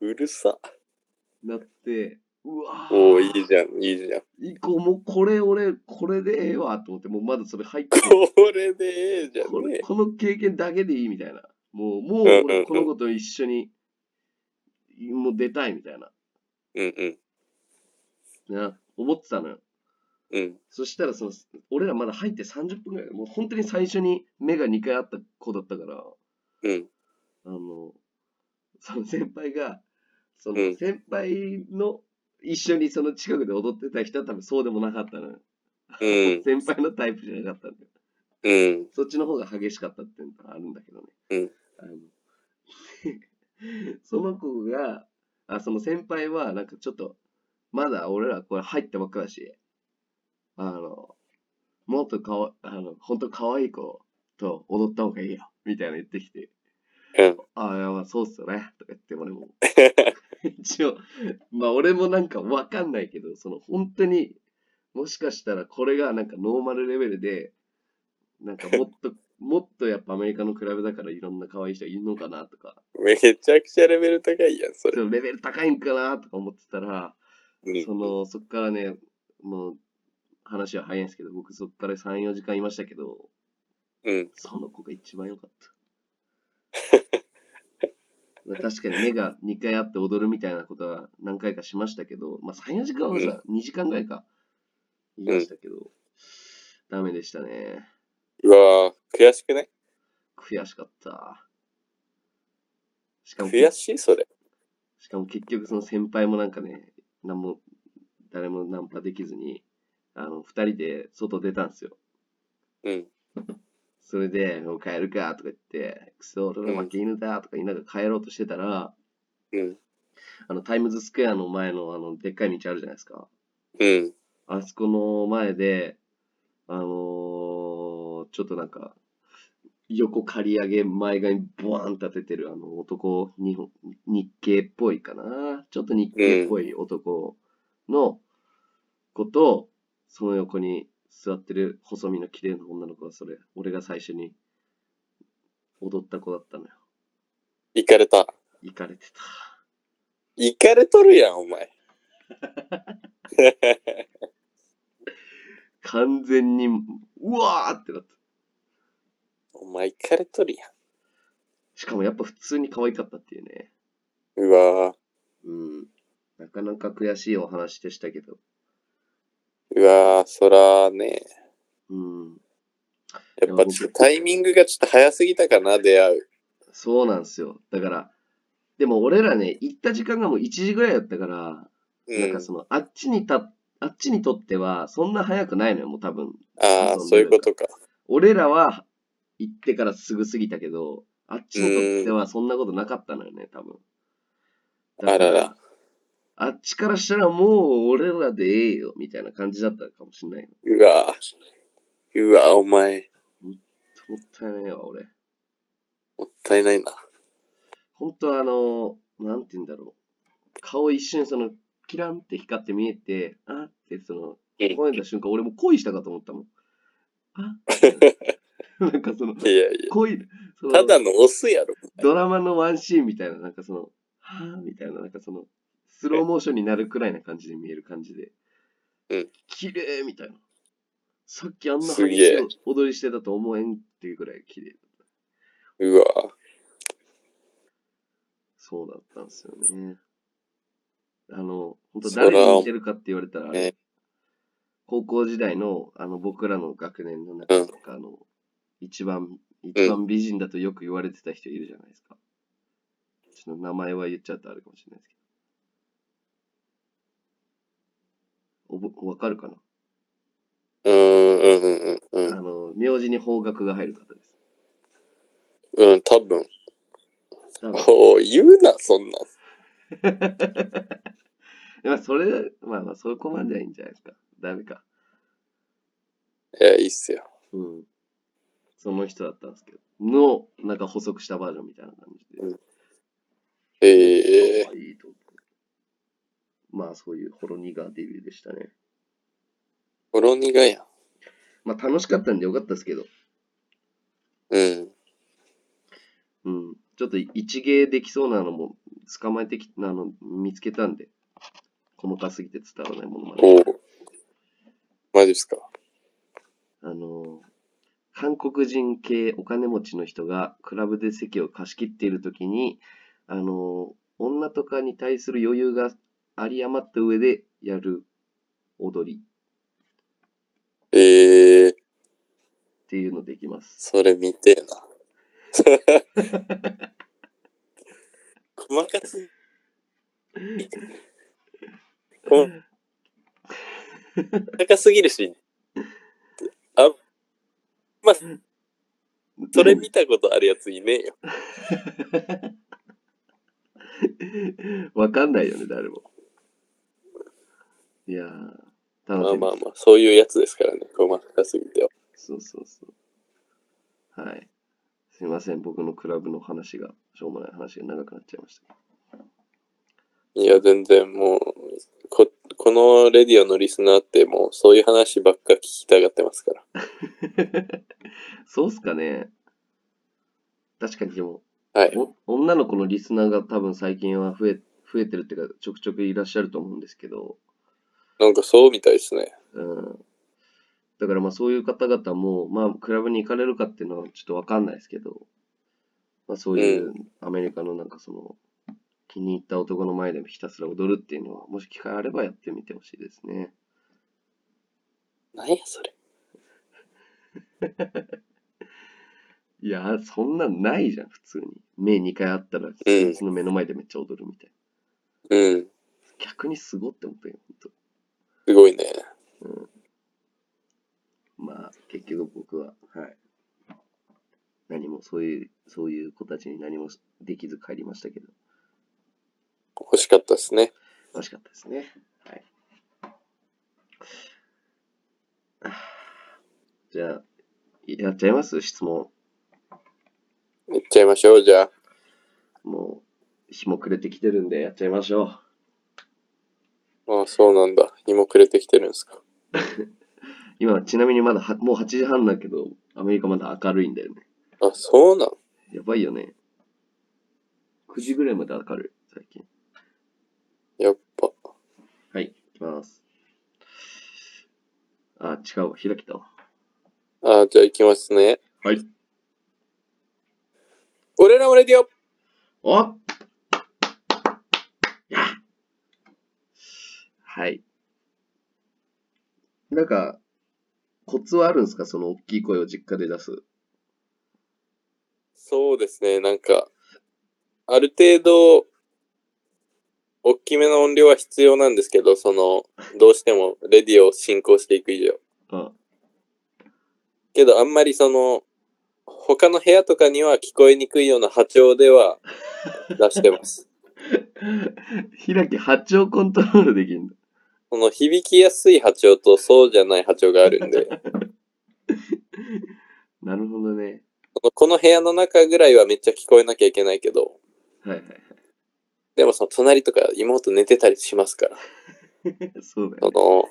B: うるさ。
A: なって、うわー
B: おお、いいじゃん、いいじゃん。
A: いこうもうこれ俺、これでええわと思って、もうまだそれ入ってる
B: これでええじゃ
A: こ
B: ん
A: れ
B: ね。
A: この経験だけでいいみたいな。もう、もう
B: うんうんう
A: 俺
B: ん
A: この子と一緒に、もう出たいみたいな。
B: うんうん。
A: な思ってたのよ。
B: うん。
A: そしたらその、俺らまだ入って30分ぐらい、もう本当に最初に目が2回あった子だったから、
B: うん。
A: あの、その先輩が、そうの
B: ん
A: 先輩の一緒にその近くで踊ってた人は多分そうでもなかったのよ。
B: うん。
A: 先輩のタイプじゃなかったんだよ。
B: うん。
A: そっちの方が激しかったっていうのがあるんだけどね。
B: うん
A: あのその子が、あその先輩は、なんかちょっと、まだ俺らこれ入ったばっかだし、あの、もっとかわ、あの、ほんと可愛い子と踊った方がいいよ、みたいな言ってきて、
B: うん。
A: ああ、いやまあそうっすよね、とか言って、俺 も。一応、まあ俺もなんかわかんないけど、その本当に、もしかしたらこれがなんかノーマルレベルで、なんかもっと、 もっとやっぱアメリカのクラブだからいろんな可愛い人いるのかなとか、
B: めちゃくちゃレベル高いやん、そ
A: ち
B: れ。
A: ょっとレベル高いんかなとか思ってたら、
B: うん
A: その、そっからね、もう話は早いんですけど、僕そっから3、4時間いましたけど、
B: うん。
A: その子が一番良か った。確かに目が2回あって踊るみたいなことは何回かしましたけど、まあ3、4時間はさ、2時間ぐらいか言いましたけど、ダメでしたね。
B: うわー悔しくない
A: 悔しかった。しかも、
B: 悔しいそれ。
A: しかも結局その先輩もなんかね、何も、誰もナンパできずに、あの、2人で外出たんですよ。
B: うん。
A: それで、もう帰るかとか言って、クソ、俺の負け犬だとか言いながら帰ろうとしてたら、
B: うん。
A: あの、タイムズスクエアの前の、あの、でっかい道あるじゃないですか。
B: うん。
A: あそこの前で、あのーちょっとなんか、横刈り上げ、前髪ボワーン立ててる、あの、男、日本、日系っぽいかな。ちょっと日系っぽい男の子と、その横に座ってる細身の綺麗な女の子はそれ、俺が最初に踊った子だったのよ。
B: 行かれた。
A: 行かれてた。
B: 行かれとるやん、お前。
A: 完全に、うわーってなった。
B: お前、行かれとるや
A: しかもやっぱ普通に可愛かったっていうね。
B: ん。うわー
A: うん。なかなか悔しいお話でしたけど。
B: うわーそらね。
A: うん。
B: やっぱちょっとタイミングがちょっと早すぎたかな、出会う。
A: そうなんですよ。だから、でも俺らね、行った時間がもう1時ぐらいだったから、
B: う
A: なん
B: ん
A: か。その、あっちにた、あっちにとっては、そんな早くないのよ、もう多分。
B: ああ、そういうことか。
A: 俺らは行ってからすぐ過ぎたけど、あっちにとってはそんなことなかったのよね、多分。だから
B: あらら
A: あっちからしたらもう俺らでええよ、みたいな感じだったかもしれない。
B: うわーうわーお前。
A: もったいないわ、俺。
B: もったいないな。
A: 本当はあの、なんて言うんだろう。顔一瞬その、キランって光って見えて、あってその、
B: うん
A: 声出た瞬間、俺もう恋したかと思ったもん。あ なんかその、
B: いやいや。
A: 恋、その
B: ただのオスやろ。
A: ドラマのワンシーンみたいな、なんかその、はぁみたいな、なんかその、スローモーションになるくらいな感じで見える感じで。
B: うん。
A: 綺麗みたいな。さっきあんな
B: す
A: 激
B: げ
A: し
B: え
A: い踊りしてたと思えんっていうくらい綺麗。
B: うわ
A: そうだったんですよね。あの、本当
B: そら
A: 誰に似てるかって言われたら、あれ
B: ね
A: 高校時代のあの僕らの学年の中とかの、一番、一番美人だとよく言われてた人いるじゃないですか。ちょっと名前は言っちゃうとあるかもしれないですけど。おぼわかるかな、
B: うんうんうんうん
A: あの、名字に方角が入る方 です。
B: うん。うん、多分。
A: 多分
B: おう言うな、そんな。
A: まあ、それ、まあまあ、そこまではいいんじゃないですか。ダメか。
B: いや、いいっすよ。
A: うん。その人だったんですけど、の、なんか補足したバージョンみたいな感じで。
B: ええ
A: 可愛いと思ってまあ、そういうほろ苦デビューでしたね。
B: ほろ苦やん。
A: まあ、楽しかったんでよかったですけど、
B: うん。
A: うん。ちょっと一芸できそうなのも捕まえてき、あの、見つけたんで、細かすぎて伝わらないものまで。
B: おお。マジっすか。
A: あの、韓国人系お金持ちの人がクラブで席を貸し切っているときに、あの、女とかに対する余裕があり余った上でやる踊り
B: ええー、
A: っていうのできます。
B: それ見てえな。 細かすぎ。細かすぎるし。あ、まあ、それ見たことあるやついねえよ。
A: わかんないよね、誰も。いやー、楽
B: まあ
A: しみ
B: まあ
A: です。
B: まあ、そういうやつですからね。細かすぎては。
A: そうそうそう。はい。すいません、僕のクラブの話が、しょうもない話が長くなっちゃいました。
B: いや、全然もう、こ、このレディオのリスナーってもう、そういう話ばっか聞きたがってますから。
A: そうっすかね。確かにでも、
B: はい。
A: お女の子のリスナーが多分最近は増え増えてるっていうか、ちょくちょくいらっしゃると思うんですけど、
B: なんかそうみたいですね。
A: うん。だからまあそういう方々も、まあクラブに行かれるかっていうのはちょっとわかんないですけど、まあそういうアメリカのなんかその、気に入った男の前でひたすら踊るっていうのは、もし機会あればやってみてほしいですね。
B: なんやそれ。
A: いやー、そんなんないじゃん、普通に。目2回あったら、
B: うん
A: その目の前でめっちゃ踊るみたいな。
B: うん。
A: 逆にすごって思ったよ、ほんと。
B: すごいね。
A: まあ、結局僕は、はい。何も、そういう、そういう子たちに何もできず帰りましたけど、
B: 欲しかったですね。
A: 楽しかったですね。はい。あーじゃあ、やっちゃいます質問。
B: いっちゃいましょう、じゃあ。
A: もう、日も暮れてきてるんで、やっちゃいましょう。
B: ああ、そうなんだ。日も暮れてきてるんですか。
A: 今、ちなみにまだは、もう8時半だけど、アメリカまだ明るいんだよね。
B: あ、そうなん。
A: やばいよね。9時ぐらいまで明るい、最近。
B: やっぱ。
A: はい、行きます。あ、違うわ、開きたわ。
B: ああ、じゃあ行きますね。
A: はい。
B: 俺らもレディオ
A: おっやっはい。なんか、コツはあるんですかその大きい声を実家で出す。
B: そうですね、なんか、ある程度、大きめの音量は必要なんですけど、その、どうしてもレディオを進行していく以
A: う
B: 上。
A: ん。
B: けど、あんまりその、他の部屋とかには聞こえにくいような波長では出してます。
A: 開き、波長コントロールできるんだ。
B: その響きやすい波長とそうじゃない波長があるんで、
A: なるほどね。
B: そのこの部屋の中ぐらいはめっちゃ聞こえなきゃいけないけど、
A: はいはい
B: でもその隣とか妹寝てたりしますから、
A: はい。そうだ
B: そ
A: よ、
B: の、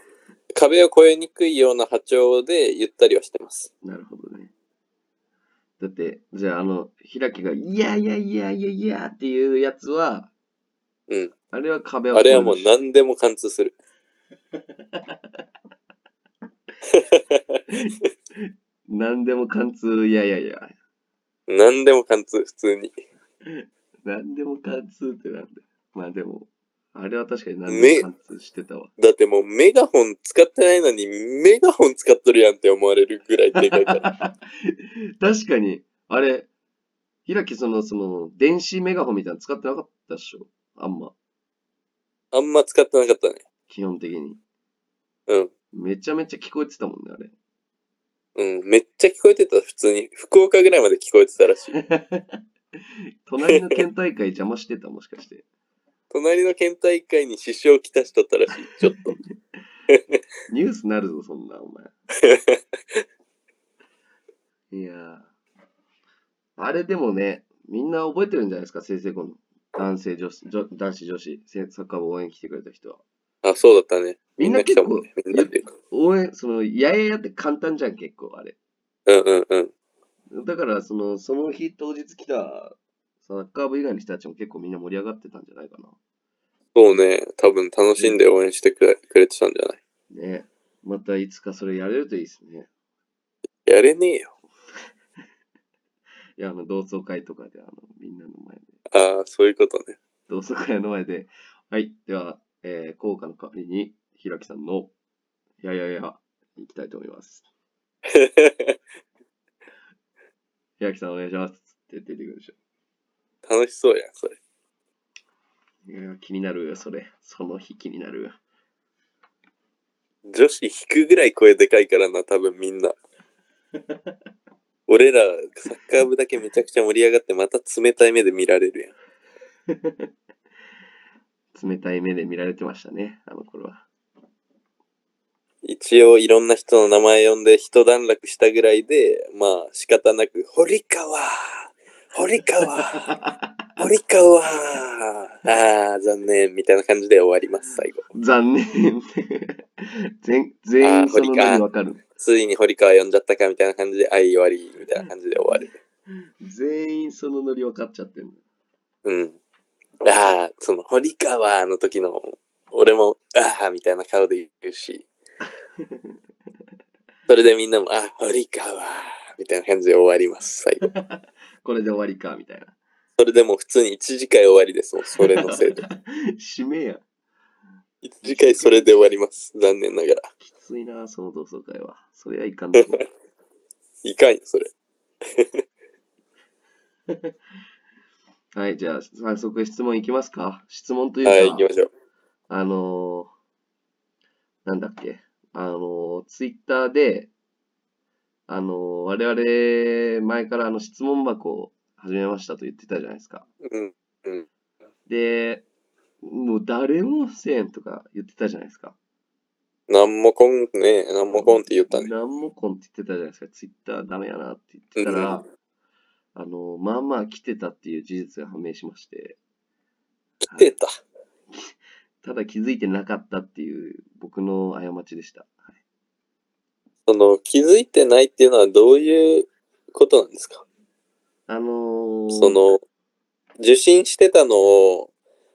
B: 壁を越えにくいような波長でゆったりはしてます。
A: ね。なるほどね。だって、じゃあ、あの、開きが、いやいやいやいやいやっていうやつは、
B: うん。
A: あれは壁を
B: あ
A: 越え
B: れ
A: る
B: はもう
A: し
B: 何でも貫通する。
A: 何でも貫通、いやいやいや。
B: 何でも貫通、普通に。
A: 何でも貫通ってなんだよ。まあでも、あれは確かに何
B: ね
A: でも貫通してたわ。
B: だってもうメガホン使ってないのにメガホン使っとるやんって思われるぐらいでか いから。
A: 確かに、あれ、開きその、その、電子メガホンみたいなの使ってなかったっしょあんま、
B: あんま使ってなかったね。
A: 基本的に。
B: うん。
A: めちゃめちゃ聞こえてたもんね、あれ。
B: うん。めっちゃ聞こえてた、普通に。福岡ぐらいまで聞こえてたらしい。
A: 隣の県大会邪魔してた、もしかして。
B: 隣の県大会に支障をきたしとったらしい。ちょっと。
A: ニュースなるぞ、そんな、お前。 いやー。あれでもね、みんな覚えてるんじゃないですか、先生この。男性、女子、女男子、女子、せサッカー部応援来てくれた人は。
B: あ、そうだったね。
A: みんな
B: 来
A: 結
B: た
A: 構
B: もんね。みんなっていうか。
A: 応援、その、やややって簡単じゃん、結構、あれ。
B: うんうんうん。
A: だから、その、その日当日来たサッカー部以外の人たちも結構みんな盛り上がってたんじゃないかな。
B: そうね、多分楽しんで応援してくれくれてたんじゃない
A: ね。またいつかそれやれるといいですね。
B: やれねえよ。
A: いや、あの、同窓会とかで、あの、みんなの前で、
B: ああ、そういうことね。
A: 同窓会の前で、はい、では、えー、効果の代わりに、ひらきさんの、いやいやいや、いきたいと思います。ひらきさんお願いします。って出てくるでしょ。
B: 楽しそうやん、それ。
A: いや、気になる、それ。その日気になる。
B: 女子引くぐらい声でかいからな、多分みんな。俺ら、サッカー部だけめちゃくちゃ盛り上がって、また冷たい目で見られるやん。
A: 冷たい目で見られてましたね、あの頃は。
B: 一応いろんな人の名前呼んで一段落したぐらいで、まあ仕方なく、堀川堀川堀川ああ、残念みたいな感じで終わります、最後。
A: 残念。 全全
B: あ
A: 員
B: ー
A: そ
B: 堀
A: の
B: 川
A: 何わかる。
B: ついに堀川呼んじゃったかみたいな感じで、あい終わりみたいな感じで終わる。
A: 全員そのノリ分かっちゃってる。
B: うん。ああ、その堀川の時の、俺も、ああ、みたいな顔で言 うし、それでみんなも、あ、堀川みたいな感じで終わります、最後。
A: これで終わりか、みたいな。
B: それでもう普通に一次会終わりですもん、それの せいで。
A: 締めや。
B: 一次会それで終わります、残念ながら。
A: きついな、その同窓会は。そりゃいかんね。
B: いかんよ、それ。
A: はい、じゃあ、早速質問いきますか。質問というか、
B: はい、行きましょう。
A: あのーなんだっけ、あのーツイッターで、あのー我々、前からあの質問箱を始めましたと言ってたじゃないですか。
B: うん。
A: で、もう誰もせんとか言ってたじゃないですか。
B: なんもこんね、なんもこんって言ったね。
A: なんもこんって言ってたじゃないですか。ツイッターダメやなって言ってたら、あのーまあまあ来てたっていう事実が判明しまして、
B: 来てた。
A: ただ気づいてなかったっていう僕の過ちでした。はい
B: その、気づいてないっていうのはどういうことなんですか
A: あのー
B: その、受信してたのを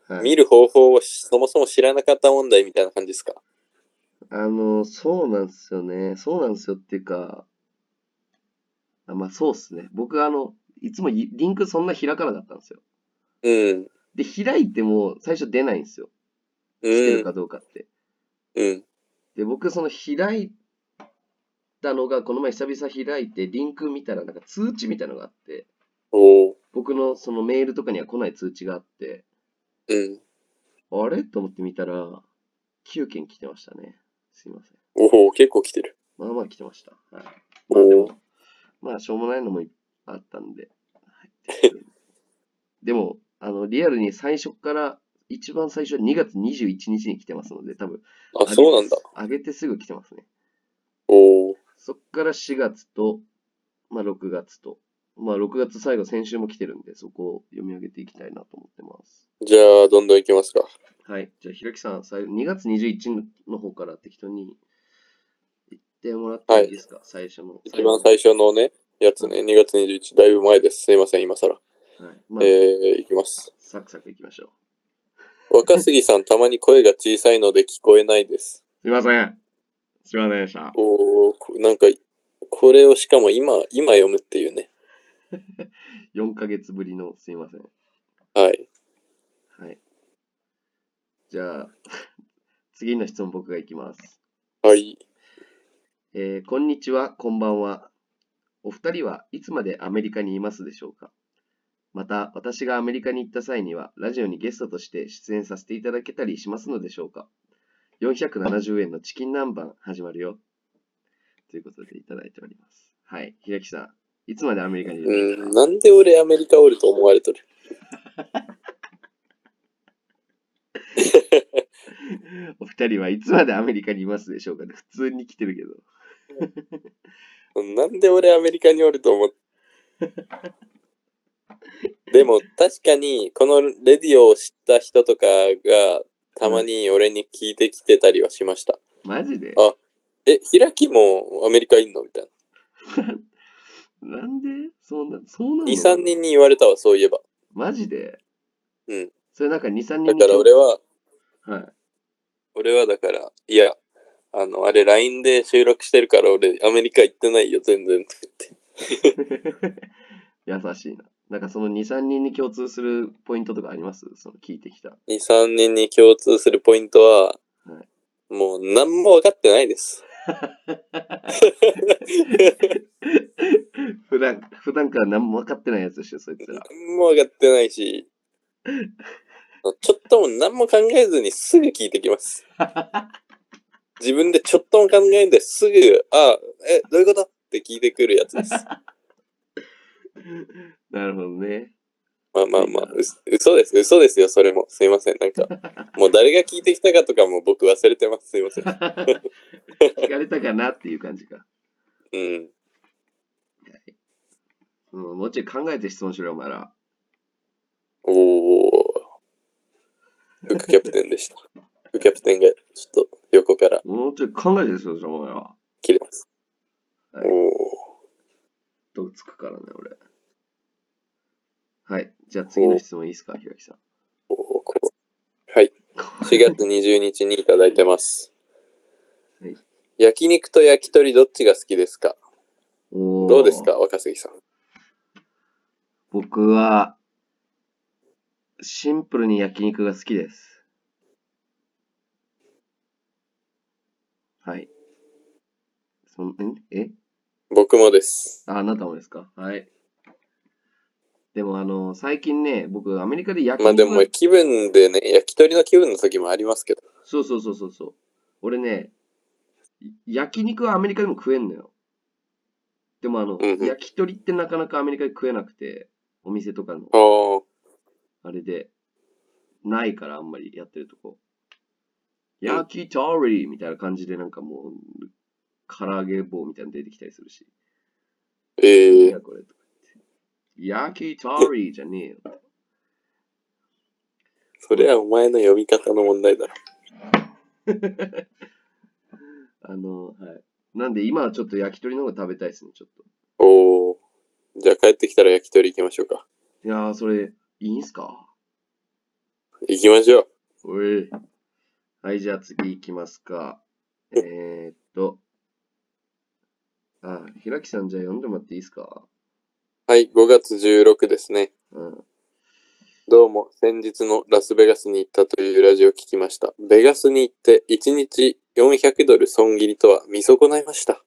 A: はい
B: 見る方法をそもそも知らなかった問題みたいな感じですか
A: あの、そうなんですよね。そうなんですよっていうか、あまあそうっすね。僕あの、いつもいリンクそんな開かなかったんですよ。
B: うん。
A: で、開いても最初出ないんですよ。
B: う
A: してる
B: ん
A: か。どうかって。
B: うん。
A: で、僕その開いたのが、この前久々開いて、リンク見たらなんか通知みたいなのがあって、
B: おー
A: 僕のそのメールとかには来ない通知があって、
B: うん。
A: あれと思って見たら、9件来てましたね。すいません。
B: おお結構来てる。
A: まあまあ来てました。はい。まあで
B: お
A: も
B: ー、
A: まあ、しょうもないのもいっぱいあったんで。はいでも、あの、リアルに最初から、一番最初は2月21日に来てますので、多分
B: あ、そうなんだ。。
A: 上げてすぐ来てますね。
B: おお
A: そっから4月と、まあ6月と、まあ6月最後、先週も来てるんで、そこを読み上げていきたいなと思ってます。
B: じゃあ、どんどん行きますか。
A: はい。じゃあ、ひろきさん、最後2月21の方から適当に言ってもらっていいですか、最初の。
B: 一番最初のね、やつね、2月21だいぶ前です。すいません、今更。
A: 初。はい。
B: え
A: まあ、
B: ー、いきます。
A: サクサクいきましょう。
B: 若杉さん、たまに声が小さいので聞こえないです。
A: すいません。すいませんでした。
B: おおなんか、これをしかも今、今読むっていうね。
A: 4ヶ月ぶりのすいません。
B: はい。
A: はい。じゃあ、 次の質問僕がいきます。
B: はい。
A: えーこんにちは、こんばんは。お二人はいつまでアメリカにいますでしょうかまた、私がアメリカに行った際には、ラジオにゲストとして出演させていただけたりしますのでしょうか ?470 円のチキン南蛮始まるよ。ということでいただいております。はい。ひらきさん、いつまでアメリカにいるんですか
B: うん、なんで俺アメリカおると思われとる
A: お二人はいつまでアメリカにいますでしょうかね普通に来てるけど。
B: なんで俺アメリカにおる と思っでも確かにこのレディオを知った人とかがたまに俺に聞いてきてたりはしました。
A: マジで
B: あえ、開きもアメリカいんのみたいな。
A: なんでそんな、そうなの
B: 2、3人に言われたわ、そういえば。
A: マジで
B: うん。
A: それなんか2、3人
B: だ
A: に
B: から俺は、
A: はい。
B: 俺はだから、いや、あの、あれ LINE で収録してるから俺アメリカ行ってないよ、全然って
A: 優しいな。なんかその2、3人に共通するポイントとかありますその聞いてきた。
B: 言って。2、3人に共通するポイントは、
A: は
B: もう何も分かってないです。
A: 普段、普段から何も分かってないやつでしょ、そいつら。
B: 何も分かってないし、ちょっとも何も考えずにすぐ聞いてきます。自分でちょっとも考えんですぐ、あ、え、どういうことって聞いてくるやつです。
A: なるほど ね。
B: まあまあまあ、うす嘘です、嘘ですよ、それも。すいません、なんか、もう誰が聞いてきたかとかも僕忘れてます、すいません。
A: 聞かれたかなっていう感じか。
B: うん。
A: うん、もうちょい考えて質問しろよ、お前ら。
B: おー。副キャプテンでした。副キャプテンが、ちょっと横から
A: もうちょい考えて質問しろ、お前ら。
B: 切れます。
A: はい
B: おー。
A: どつくからね、俺。はい。じゃあ次の質問いいですか、ひろきさん。
B: おーこうはい。4月20日にいただいてます。
A: はい
B: 焼肉と焼き鳥どっちが好きですか
A: おー
B: どうですか若杉さん。
A: 僕は、シンプルに焼肉が好きです。はい。そんんえ
B: 僕もです。
A: ああなたもですかはい。でも、あの、最近ね、僕、アメリカで焼肉
B: まあでも気分でね、焼き鳥の気分の時もありますけど。
A: そうそうそうそうそう。俺ね、い焼肉はアメリカでも食えんのよ。でもあの、
B: うんうん
A: 焼き鳥ってなかなかアメリカで食えなくて、お店とかの
B: ああ。
A: あれで、ないからあんまりやってるとこ。焼き鳥みたいな感じでなんかもう、唐揚げ棒みたいなの出てきたりするし。
B: え
A: い
B: え
A: やこれとか言って焼き鳥じゃねえよ。
B: それはお前の読み方の問題だろ。
A: あの、はい。なんで今はちょっと焼き鳥の方が食べたいですね、ちょっと。
B: おお。じゃあ帰ってきたら焼き鳥行きましょうか。
A: いやー、それ、いいんすか
B: 行きましょう。
A: おい。はい、じゃあ次行きますか。えー、っと。あ、ひらきさんじゃあ読んでもらっていいですか
B: はい、5月16ですね。
A: うん。
B: どうも、先日のラスベガスに行ったというラジオを聞きました。ベガスに行って1日400ドル損切りとは見損ないました。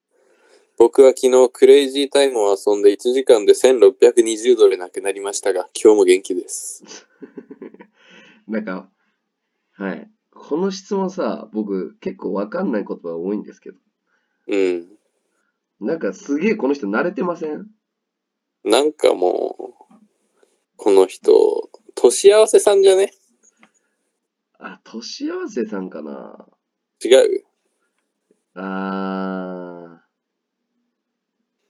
B: 僕は昨日クレイジータイムを遊んで1時間で1620ドルなくなりましたが、今日も元気です。
A: なんか、はい。この質問さ、僕結構わかんないことが多いんですけど。
B: うん。
A: なんかすげえこの人慣れてません
B: なんかもう、この人、年合わせさんじゃね
A: あ、年合わせさんかな
B: 違う
A: あー。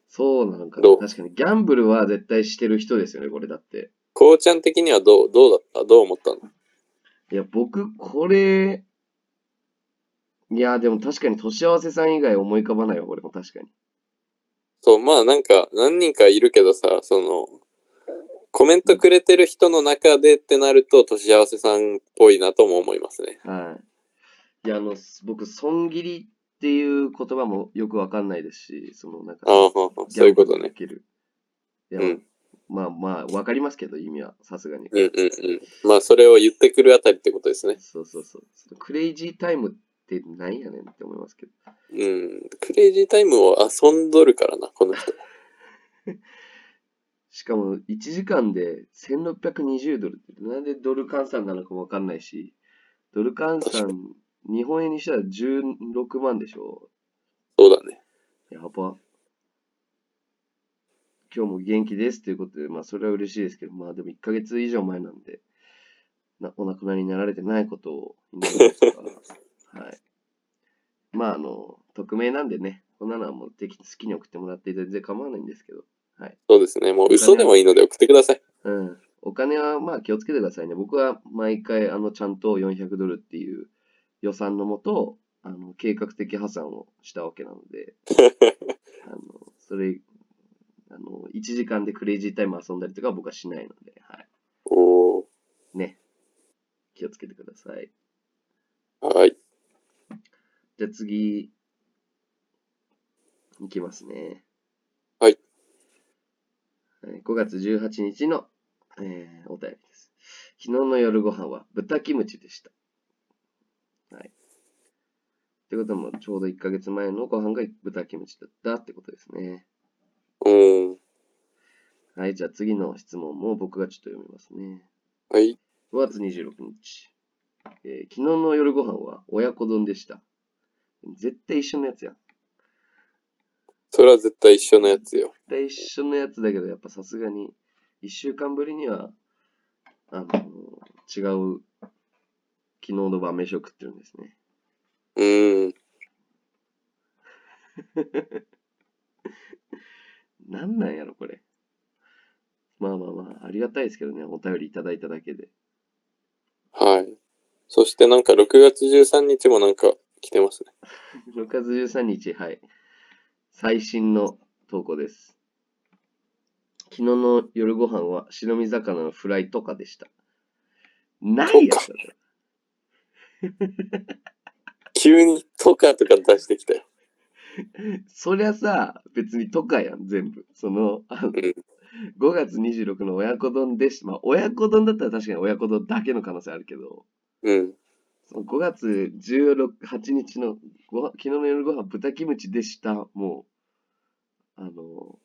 A: そうなのか
B: ど
A: な
B: う
A: 確かに、ギャンブルは絶対してる人ですよね、これだって。
B: こうちゃん的にはどう、どうだったどう思ったの
A: いや、僕、これ、いや、でも確かに年合わせさん以外思い浮かばないわ、これも確かに。
B: そう、まあなんか何人かいるけどさ、その、コメントくれてる人の中でってなると、年合わせさんっぽいなとも思いますね。
A: はい。いや、あの、す僕、損切りっていう言葉もよくわかんないですし、その、なんか、
B: ああ、はあはあそういうことね。
A: ギャンブルにおけ
B: う
A: る。いや、
B: ん。
A: まあまあ、わかりますけど、意味は、さすがに。
B: うんうんうん。まあそれを言ってくるあたりってことですね。
A: そうそうそう。そのクレイジータイムってなんやねんって思いますけど。
B: うん。クレイジータイムを遊んどるからな、この人。
A: しかも、1時間で1620ドルって、なんでドル換算なのかもわかんないし、ドル換
B: 確か
A: 算、日本円にしたら16万でしょ
B: そうだね。
A: やば。今日も元気ですということで、まあ、それは嬉しいですけど、まあ、でも1ヶ月以上前なんで、なお亡くなりになられてないことを祈ります が、はい。まあ、あの、匿名なんでね、こんなのはもう適好きに送ってもらって全然構わないんですけど、
B: そうですね。もう嘘でもいいので送ってください。
A: うん。お金はまあ気をつけてくださいね。僕は毎回あのちゃんと400ドルっていう予算のもと、あの計画的破産をしたわけなので、あのそれ、あの1時間でクレイジータイム遊んだりとかは僕はしないので、はい、
B: おー。
A: ね。気をつけてください。じゃあ次、いきますね。
B: はい
A: はい。5月18日の、えーお便りです。昨日の夜ご飯は豚キムチでした。はい。ってことも、ちょうど1ヶ月前のご飯が豚キムチだったってことですね。
B: うん。
A: はい、じゃあ次の質問も僕がちょっと読みますね。
B: はい。
A: 5月26日、えー昨日の夜ご飯は親子丼でした。絶対一緒のやつやん。
B: それは絶対一緒のやつよ。
A: 絶対一緒のやつだけど、やっぱさすがに、1週間ぶりには、あの、違う、昨日の晩飯を食ってるんですね。
B: うん。
A: なんなんやろ、これ。まあまあまあ、ありがたいですけどね、お便りいただいただけで。
B: はい。そしてなんか6月13日もなんか来てますね。
A: 6月13日、はい。最新の投稿です。昨日の夜ご飯は白身魚のフライとかでした。ないやつだった。
B: 急にとかとか出してきたよ。
A: そりゃさ、別にとかやん、全部。その、あの5月26の親子丼でした。まあ、親子丼だったら確かに親子丼だけの可能性あるけど、
B: うん。
A: その5月16、8日のごは、昨日の夜ご飯豚キムチでした。もう、あの、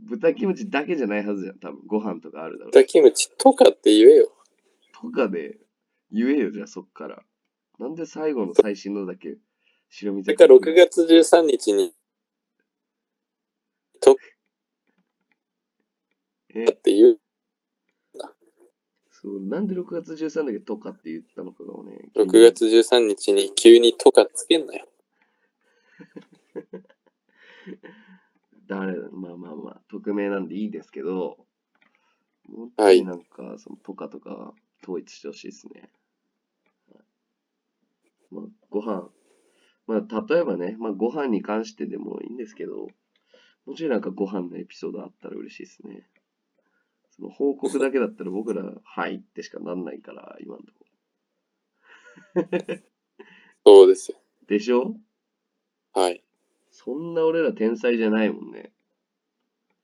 A: 豚キムチだけじゃないはずじゃん。多分ご飯とかあるだろう。
B: 豚キムチとかって言えよ。
A: とかで言えよ、じゃあそっから。なんで最後の最新のだけ白身
B: それ
A: 魚
B: から6月13日に
A: え
B: だって言う。
A: そう、なんで6月13だけとかって言ったのかがね。
B: 6月13日に急にとかつけんなよ。
A: 誰まあまあまあ、匿名なんでいいですけど、もうちょ
B: はい
A: いなんか、そのとかとか統一してほしいですね。まあ、ご飯、まあ、例えばね、まあ、ご飯に関してでもいいんですけど、もうちろんなんかご飯のエピソードあったら嬉しいですね。その報告だけだったら僕ら、はいってしかなんないから、今のとこ
B: そうですよ。
A: ろ。でしょ
B: はい。
A: そんな俺ら天才じゃないもんね。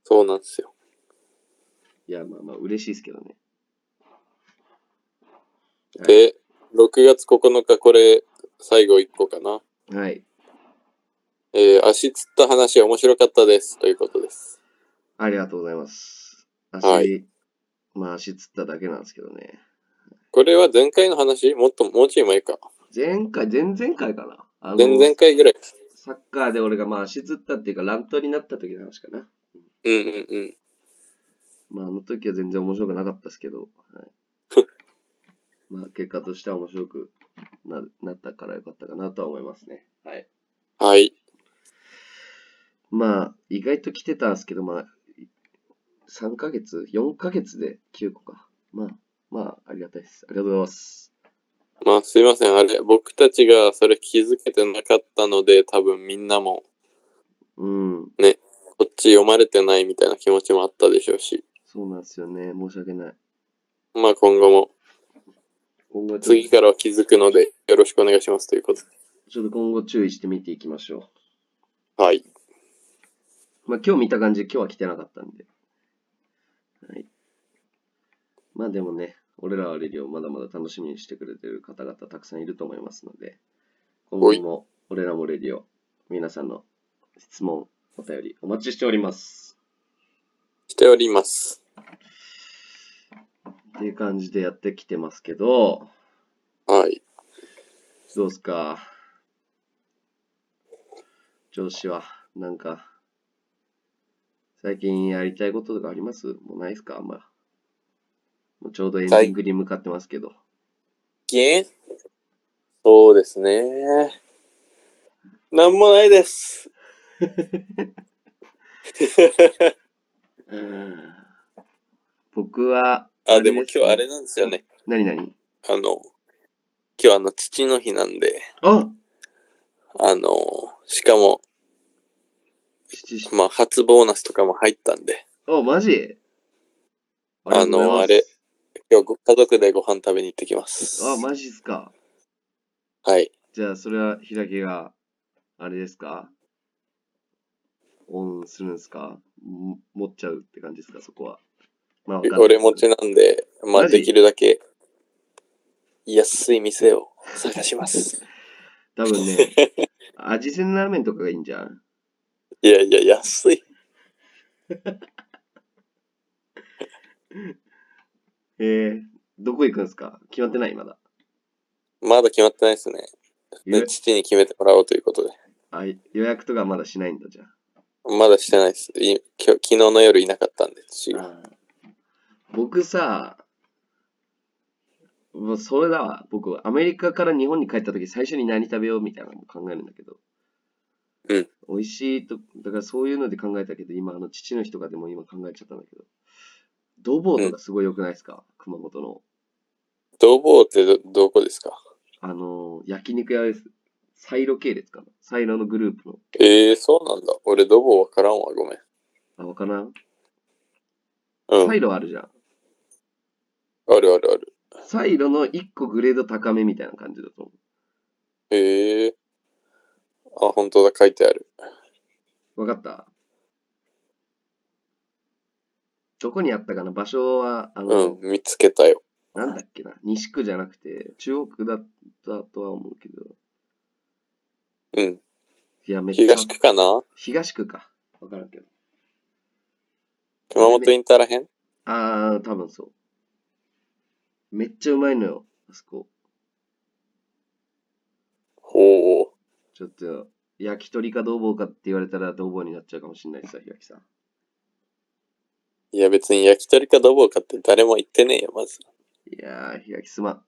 B: そうなんですよ。
A: いや、まあまあ、嬉しいですけどね。
B: で、6月9日、これ、最後1個かな。
A: はい。
B: えー、足つった話面白かったです。ということです。
A: ありがとうございます。足、
B: はい
A: まあ足つっただけなんですけどね。
B: これは前回の話もっと、もうちょい前か。
A: 前回、前々回かな。あの
B: 前々回ぐらい。
A: サッカーで俺がまあ足つったっていうか乱闘になった時の話かな。
B: うんうんうん。
A: まああの時は全然面白くなかったですけ ど、はい、まあ結果としては面白くななったからよかったかなとは思いますね。はい。
B: はい。
A: まあ意外と来てたんですけど、まあ3ヶ月、4ヶ月で9個か。まあまあありがたいです。ありがとうございます。
B: まあ、すいません。あれ、僕たちがそれ気づけてなかったので、多分みんなも、
A: うん。
B: こっち読まれてないみたいな気持ちもあったでしょうし。
A: そうなんですよね。申し訳ない。
B: まあ、今後も、
A: 今後はちょっ
B: 次からは気づくので、よろしくお願いします。ということで。
A: とちょっと今後注意して見ていきましょ
B: はい。
A: う。まあ今日見た感じ、今日は来てなかったんで。はい。まあでもね、俺らはレディをまだまだ楽しみにしてくれてる方々たくさんいると思いますので、今後も俺らもレディを皆さんの質問、お便りお待ちしております。
B: しております。
A: っていう感じでやってきてますけど、
B: はい。
A: どうすか上司は、なんか、最近やりたいこととかありますもうないですかあんま。もうちょうどエンディングに向かってますけど。
B: げそうですね。なんもないです。
A: うーん僕は、
B: あ、でも今日あ
A: れ
B: れなんですよね。
A: すね何何
B: あの、今日あの、父の日なんで、
A: あ
B: あの、しかも、
A: 七七。
B: まあ、初ボーナスとかも入ったんで、
A: あ、マジ
B: あのあれ。今日ご家族でご飯食べに行ってきます。
A: あ、マジっすか
B: はい。
A: じゃあ、それは、ひらけが、あれですかオンするんですかも持っちゃうって感じですかそこは。まあ、わかんない
B: 俺持ちなんで、まあ
A: マジ
B: できるだけ安い店を探します。
A: 多分 ね、味せんラーメンとかがいいんじゃん
B: いやいや、安い。
A: えー、どこ行くんですか決まってないまだ。
B: まだ決まってないですね。
A: ゆ
B: で父に決めてもらおうということで。
A: あ予約とかまだしないんだじゃん。
B: まだしてないです。い今日昨日の夜いなかったんで、父が。
A: 僕さ、もうそれだわ。僕、アメリカから日本に帰った時、最初に何食べようみたいなのも考えるんだけど。
B: うん。
A: 美味しいと、だからそういうので考えたけど、今、あの、父の日とかでも今考えちゃったんだけど。ドボーとかすごい良くないですか、熊本の。
B: ドボーってど、どこですか
A: あの、焼肉屋です。サイロ系列かなサイロのグループの。
B: ええー、そうなんだ。俺、ドボーわからんわ。ごめん。
A: あ、わからん
B: うん。
A: サイロあるじゃん。
B: あるあるある。
A: サイロの一個グレード高めみたいな感じだと思う。
B: ええー。あ、本当だ。書いてある。
A: わかったどこにあったかな場所は、あ
B: う
A: の、
B: ん。見つけたよ。
A: なんだっけな西区じゃなくて、中央区だったとは思うけど。
B: うん。
A: いや、めっちゃ。
B: 東区かな
A: 東区か。わからんけど。
B: 熊本インターらへん
A: あー、多分そう。めっちゃうまいのよ、あそこ。
B: ほう。
A: ちょっと、焼き鳥かどうぼうかって言われたら、どうぼうになっちゃうかもしれないさ、ひらきさん。
B: いや、別に焼き鳥かドボーかって誰も言ってねえよ、まず。
A: いやー、ひらきすまん。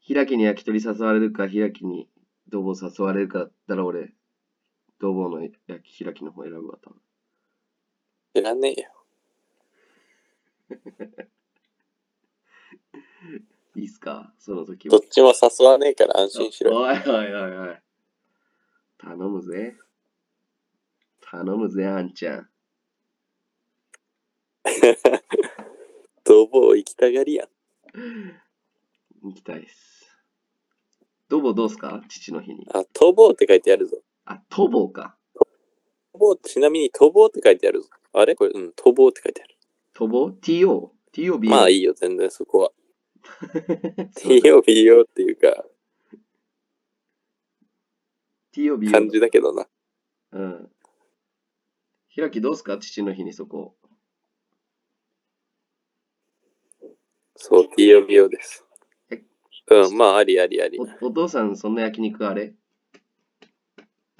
A: ひらきに焼き鳥誘われるか、ひらきにどうぼう誘われるかだったら俺、どうぼうの焼きひらきの方選ぶわ、多分。
B: 知らねえよ。
A: いいっすかその時
B: ど
A: は
B: っ。ちも誘わねえから安心しろよ。
A: おいおいおいおい。頼むぜ。頼むぜ、あんちゃん。
B: ドボー行きたがりやん。
A: 行きたいっす。どうぼうどうっすか父の日に。
B: あ、トボーって書いてあるぞ。
A: あ、とぼうか。
B: トボー、ちなみにトボーって書いてあるぞ。あれこれ、うん、トボーって書いてある。
A: とぼう ?TO?TOB?
B: まあ
A: い。
B: いいよ、全然そこは。
A: そうだ
B: TO、BO っていうか、
A: TOB
B: 感じだけどな。
A: うん。ひらきどうっすか父の日にそこ。
B: そう、TO、BO です
A: え。
B: うん、まあありありあり。
A: おお父さん、そんな焼肉あれ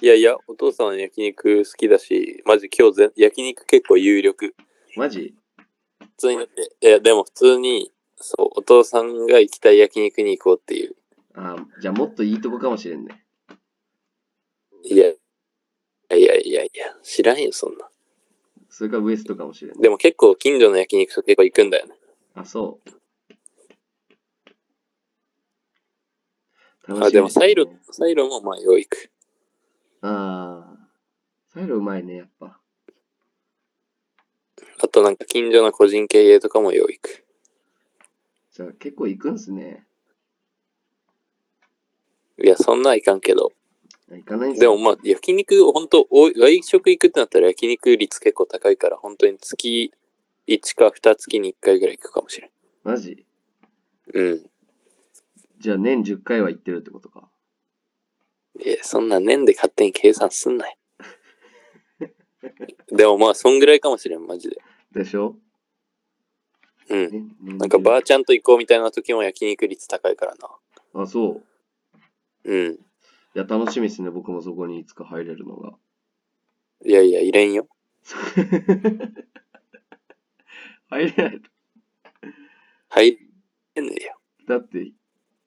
B: いやいや、お父さん焼肉好きだし、マジ今日ぜ焼肉結構有力。
A: マジ
B: 普通にだって、いや、でも普通に、そう、お父さんが行きたい焼肉に行こうっていう。
A: あじゃあもっといいとこかもしれんね。
B: いや、いやいやいや、知らんよ、そんな。
A: それかウエストかもしれんね。
B: でも結構近所の焼肉と結構行くんだよね。
A: あ、そう。
B: あ、でもサイロ
A: 楽しみですね、
B: サイロもまあよう行く。
A: ああ。サイロうまいね、やっぱ。
B: あとなんか近所の個人経営とかもよう行く。
A: じゃあ結構行くんすね。
B: いや、そんなんいかんけど。
A: 行かないんす
B: で
A: ね
B: もまあ、焼肉、ほんと、お外食行くってなったら焼肉率結構高いから、本当に月1か2月に1回ぐらい行くかもしれん。
A: マジ
B: うん。
A: じゃあ年10回は行ってるってことか。
B: いや、そんな年で勝手に計算すんなよ。 でもまあ、そんぐらいかもしれん、マジで。
A: でしょ
B: うん。
A: ね、年
B: なんか
A: 10
B: ばあちゃんと行こうみたいな時も焼肉率高いからな。
A: あ、そう。
B: うん。
A: いや、楽しみですね。僕もそこにいつか入れるのが。
B: いやいや、入れんよ。
A: 入れないと。
B: 入れんねえよ。
A: だって、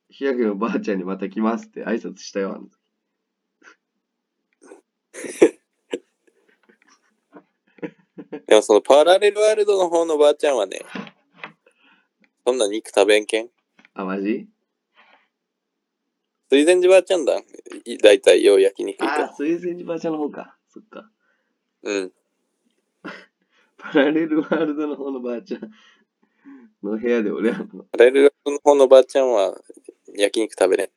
A: 日焼けのばあちゃんにまた来ますって挨拶したよ、あの時。
B: でもそのパラレルワールドの方のばあちゃんはね、そんな肉食べんけん。
A: あ、マジ
B: 水前寺ばあちゃんだ。いだいたいよう焼肉行く
A: あ
B: の。、
A: 水前寺ばあちゃんの方か。そっか。
B: うん。
A: パラレルワールドの方のばあちゃんの部屋で俺はもう
B: パラレルワールドの方のばあちゃんは焼肉食べれん。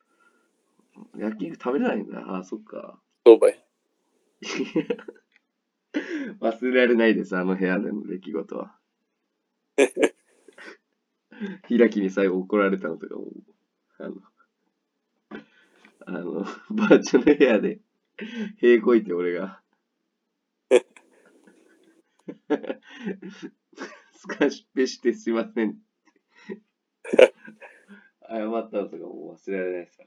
A: 焼肉食べれないんだ。ああ、そっか。
B: そうばい。
A: 忘れられないです、あの部屋での出来事は。開きに最後怒られたのとかも、あの、あの、バーチャル部屋で、へこいて俺が。すかしっぺしてすいません。謝ったのとかもう忘れられないですか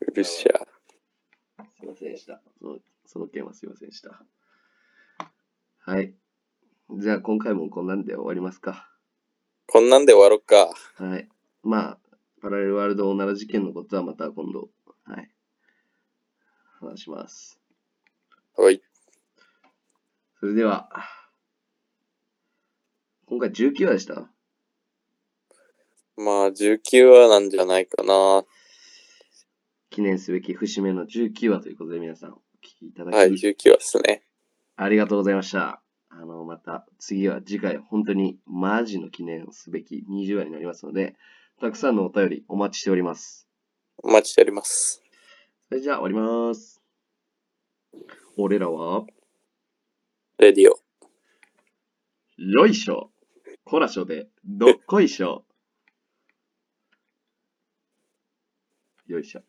B: うるっしゃ。
A: ら。すいませんでした。そのその件はすいませんでした。はい。じゃあ今回もこんなんで終わりますか。
B: こんなんで終わろっか。
A: はい。まあ、パラレルワールドおなら事件のことはまた今度、はい。話します。
B: はい。
A: それでは、今回19話でした
B: まあ、19話なんじゃないかな。
A: 記念すべき節目の19話ということで皆さんお聞きいただき、
B: はい、19話っすね。
A: ありがとうございました。あの、また次は次回本当にマジの記念すべき20話になりますので、たくさんのお便りお待ちしております。
B: お待ちしております。
A: それじゃあ終わります。俺らは、
B: レディオ。
A: よいしょコラショで、どっこいしょよいしょ。